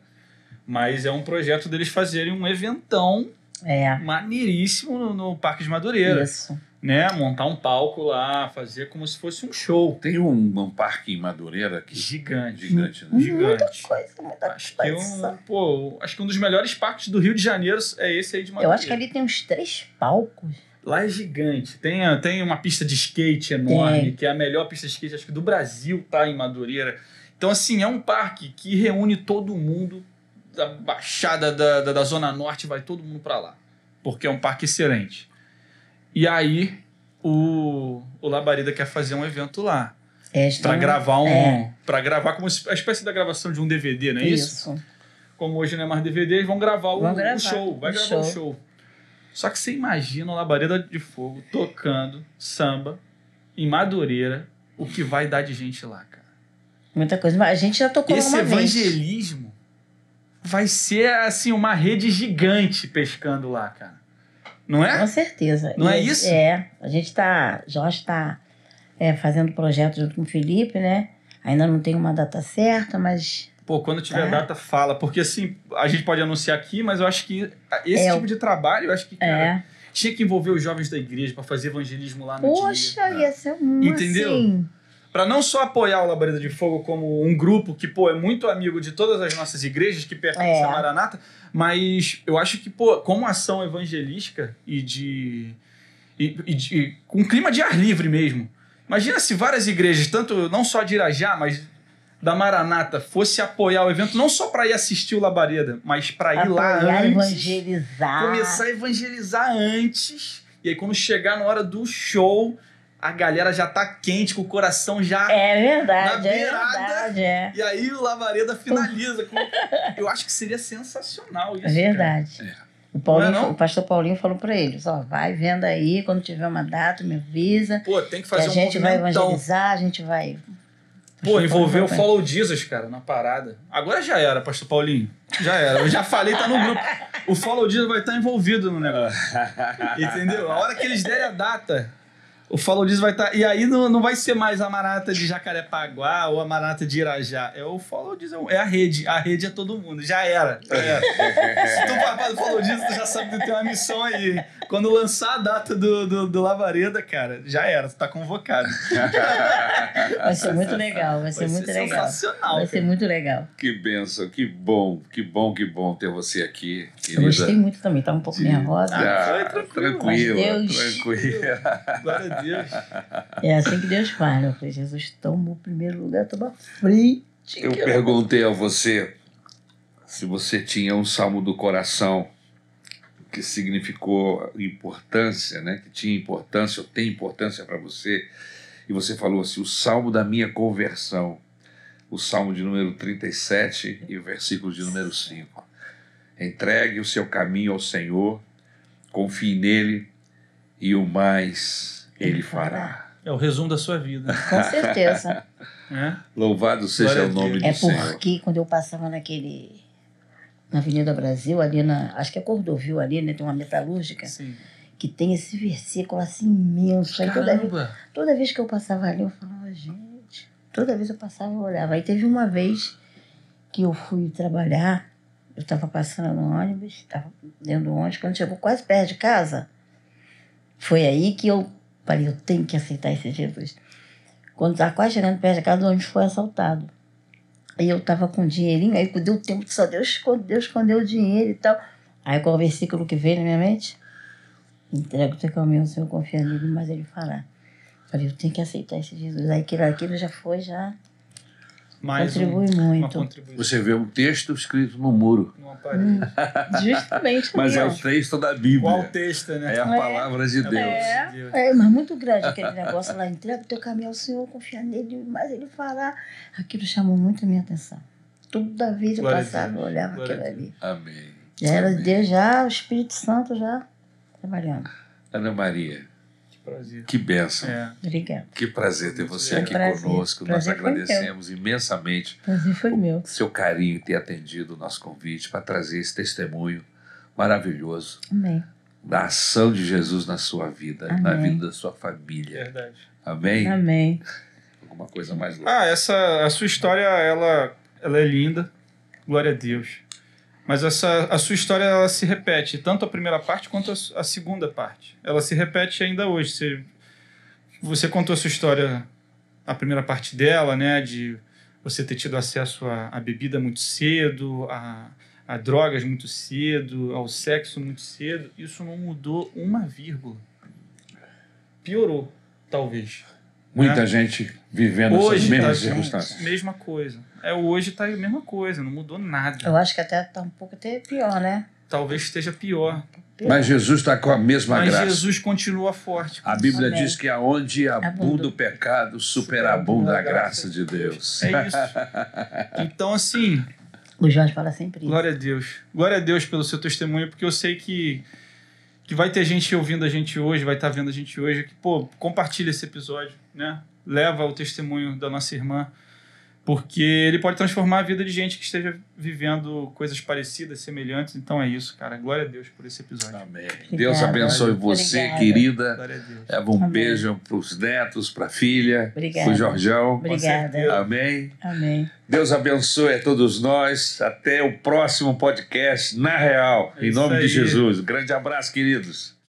B: mas é um projeto deles fazerem um eventão
C: É,
B: maneiríssimo no, no Parque de Madureira,
C: isso.
B: né? Montar um palco lá, fazer como se fosse um show
A: Tem um, um parque em Madureira que
B: gigante,
A: gigante, né?
C: [laughs]
B: gigante.
C: Coisa, muita
B: Acho que, um,
C: coisa.
B: pô, acho que um dos melhores parques do Rio de Janeiro é esse aí de Madureira.
C: Eu acho que ali tem uns três palcos.
B: Lá é gigante. Tem, a- tem uma pista de skate enorme,
C: Tem.
B: que é a melhor pista de skate, acho que do Brasil, tá? Em Madureira. Então, assim, é um parque que reúne todo mundo da Baixada da, da, da Zona Norte, vai todo mundo pra lá. Porque é um parque excelente. E aí, o, o Labareda quer fazer um evento lá.
C: É,
B: Pra
C: estão-
B: gravar um.
C: é.
B: Pra gravar como se- a espécie da gravação de um DVD, não é isso?
C: Isso.
B: como hoje não é mais DVD, eles vão gravar o,
C: Vão
B: o
C: gravar
B: show. Vai
C: o
B: gravar
C: show.
B: o show. Só que você imagina o Labareda de Fogo tocando samba em Madureira, o que vai dar de gente lá, cara.
C: Muita coisa. Mas a gente já tocou
B: Esse
C: uma vez.
B: evangelismo vai ser, assim, uma rede gigante pescando lá, cara. Não é?
C: Com certeza.
B: Não é
C: E a-
B: isso?
C: É. A gente está, Jorge está é, fazendo projeto junto com o Felipe, né? Ainda não tem uma data certa, mas
B: Pô, quando tiver
C: É.
B: data, fala. Porque, assim, a gente pode anunciar aqui, mas eu acho que esse
C: É,
B: tipo de trabalho, eu acho que, cara, um
C: é.
B: tinha que envolver os jovens da igreja pra fazer evangelismo lá no dia.
C: Poxa, ia ser um
B: Entendeu?
C: assim.
B: Pra não só apoiar o Labareda de Fogo como um grupo que, pô, é muito amigo de todas as nossas igrejas que pertencem
C: É.
B: à Maranata, mas eu acho que, pô, como ação evangelística e de. e, e de- com um clima de ar livre mesmo. Imagina se várias igrejas, tanto não só de Irajá, mas da Maranata, fosse apoiar o evento, não só pra ir assistir o Labareda, mas pra ir lá
C: Apoiar,
B: antes,
C: evangelizar.
B: começar a evangelizar antes, e aí quando chegar na hora do show, a galera já tá quente, com o coração já
C: É verdade,
B: Na
C: é
B: beirada.
C: verdade, é.
B: e aí o Lavareda finaliza com. Eu acho que seria sensacional isso.
C: É verdade.
A: É.
C: O, Paulinho,
B: Não é não?
C: o pastor Paulinho falou pra eles, ó, vai vendo aí, quando tiver uma data, me avisa.
B: cara. Pô, tem que
C: Que a
B: fazer um
C: gente vai
B: movimentão.
C: evangelizar, a gente vai.
B: Pô, envolver o
C: Vai.
B: Follow Jesus, cara, na parada. Agora já era, Pastor Paulinho. Já era. Eu já falei, tá no grupo. O Follow Jesus vai estar envolvido no
C: [laughs]
B: negócio. Entendeu? A hora que eles derem a data. O Follow Jesus vai estar. E aí não, não vai ser mais a Maranata de Jacarepaguá ou a Maranata de Irajá. É o Follow Jesus. É a rede. A rede é todo mundo. Já era. Já era. Se tu papá do Follow Jesus, tu já sabe que tu tem uma missão aí. Quando lançar a data do, do, do Lavareda, cara, já era. Tu tá convocado.
A: [laughs]
C: Vai ser muito legal, vai ser muito legal.
B: sensacional.
C: Vai ser
B: cara.
C: muito legal.
A: Que benção, que bom, que bom, que bom ter você aqui,
C: Eu gostei
A: querida.
C: muito também, tá um pouco
A: De-
C: nervosa.
A: Ah,
B: foi tranquilo.
A: tranquila,
C: Mas Deus-
A: tranquila.
B: Glória a Deus.
C: É assim que Deus faz, né? Eu falei, Jesus toma o primeiro lugar, toma frente.
A: Eu
C: que
A: perguntei a você se você tinha um salmo do coração que significou importância, né? Que tinha importância ou tem importância para você. E você falou assim: o salmo da minha conversão, o salmo de número 37 e o versículo de número 5. Entregue o seu caminho ao Senhor, confie nele e o mais ele fará.
B: É o resumo da sua vida.
C: Com certeza.
B: né?
A: Louvado seja
B: Glória a
A: o nome
B: Deus.
A: do
C: É
A: Senhor.
C: porque quando eu passava naquele. Na Avenida Brasil, ali na. Acho que é Cordovil ali, né? Tem uma metalúrgica.
B: Sim.
C: que tem esse versículo assim imenso. Aí toda, vez,
B: Caramba.
C: toda vez que eu passava ali, eu falava, gente, toda vez eu passava, eu olhava. Aí teve uma vez que eu fui trabalhar, eu estava passando no ônibus, estava dentro do ônibus, quando chegou quase perto de casa, foi aí que eu falei, eu tenho que aceitar esse Jesus. Quando estava quase chegando perto de casa, o ônibus foi assaltado. Aí eu estava com um dinheirinho, aí deu tempo de só Deus esconder, esconder o dinheiro e tal. Aí qual o versículo que veio na minha mente? Entrega o teu caminho ao Senhor, confia nele, mas ele fará. Falei, eu tenho que aceitar esse Jesus. Aí aquilo, aquilo já foi, já
B: Mais
C: contribui
B: um, uma
C: muito.
B: contribuição
A: Você vê um texto escrito no muro,
B: numa
C: Hum,
B: parede.
C: [laughs]
D: Justamente,
A: mas é
D: Daniel.
A: o texto da
B: Qual
A: Bíblia.
B: texto, né?
A: É a palavra de Deus.
D: É.
B: Deus.
C: É, mas muito grande aquele negócio lá. Entrega o teu caminho ao Senhor, confia nele, mas ele fará. Aquilo chamou muito a minha atenção. Toda vez eu
B: Glória a
C: passava, eu
B: Deus.
C: olhava
B: Glória
C: aquilo
B: a Deus.
C: ali.
A: Amém.
C: Já era
A: Amém.
C: Deus, já o Espírito Santo já trabalhando.
A: Ana Maria,
B: Que prazer.
A: que bênção.
B: É.
C: Obrigada.
A: Que prazer ter você
B: Foi um
A: aqui
C: prazer.
A: conosco. Nós
C: Prazer foi meu.
A: agradecemos imensamente
C: O prazer foi meu.
A: seu carinho em ter atendido o nosso convite para trazer esse testemunho maravilhoso
C: Amém.
A: da ação de Jesus na sua vida, na
C: Amém.
A: vida da sua família.
B: Verdade.
A: Amém?
C: Amém.
A: Alguma coisa mais lá.
B: Ah, essa, a sua história, ela, ela é linda. Glória a Deus. Mas essa, a sua história, ela se repete. Tanto a primeira parte quanto a, s- a segunda parte. Ela se repete ainda hoje. Você, você contou a sua história, a primeira parte dela, né? De você ter tido acesso à, à bebida muito cedo, a, a drogas muito cedo, ao sexo muito cedo. Isso não mudou uma vírgula. Piorou, talvez.
A: Muita gente vivendo essas
B: É. Hoje
A: mesmas
B: tá
A: circunstâncias.
B: mesma coisa. É, hoje tá aí a mesma coisa, não mudou nada.
C: Eu acho que até tá um pouco até pior, né?
B: Talvez esteja pior.
A: Mas Jesus está com a mesma
B: Mas
A: graça.
B: Jesus continua forte.
A: A Bíblia
C: Amém. É
A: diz que aonde abunda
C: Abunda.
A: o pecado, superabunda a graça de Deus.
B: É
A: [laughs]
B: isso. Então, assim,
C: O Jorge fala sempre isso.
B: glória a Deus. Glória a Deus pelo seu testemunho, porque eu sei que, que vai ter gente ouvindo a gente hoje, vai estar vendo a gente hoje, que, pô, compartilha esse episódio, né? Leva o testemunho da nossa irmã, porque ele pode transformar a vida de gente que esteja vivendo coisas parecidas, semelhantes. Então é isso, cara. Glória a Deus por esse episódio.
A: Amém.
C: Obrigada.
A: Deus abençoe você,
C: Obrigada.
A: querida.
B: Glória a Deus.
A: Leva um
C: Amém.
A: beijo para os netos, para a filha, para
C: Obrigada.
A: o Jorjão.
C: Obrigada.
A: Amém.
C: Amém.
A: Deus abençoe a todos nós. Até o próximo podcast, na real,
B: É
A: em
B: isso
A: nome de
B: aí.
A: Jesus. Grande abraço, queridos.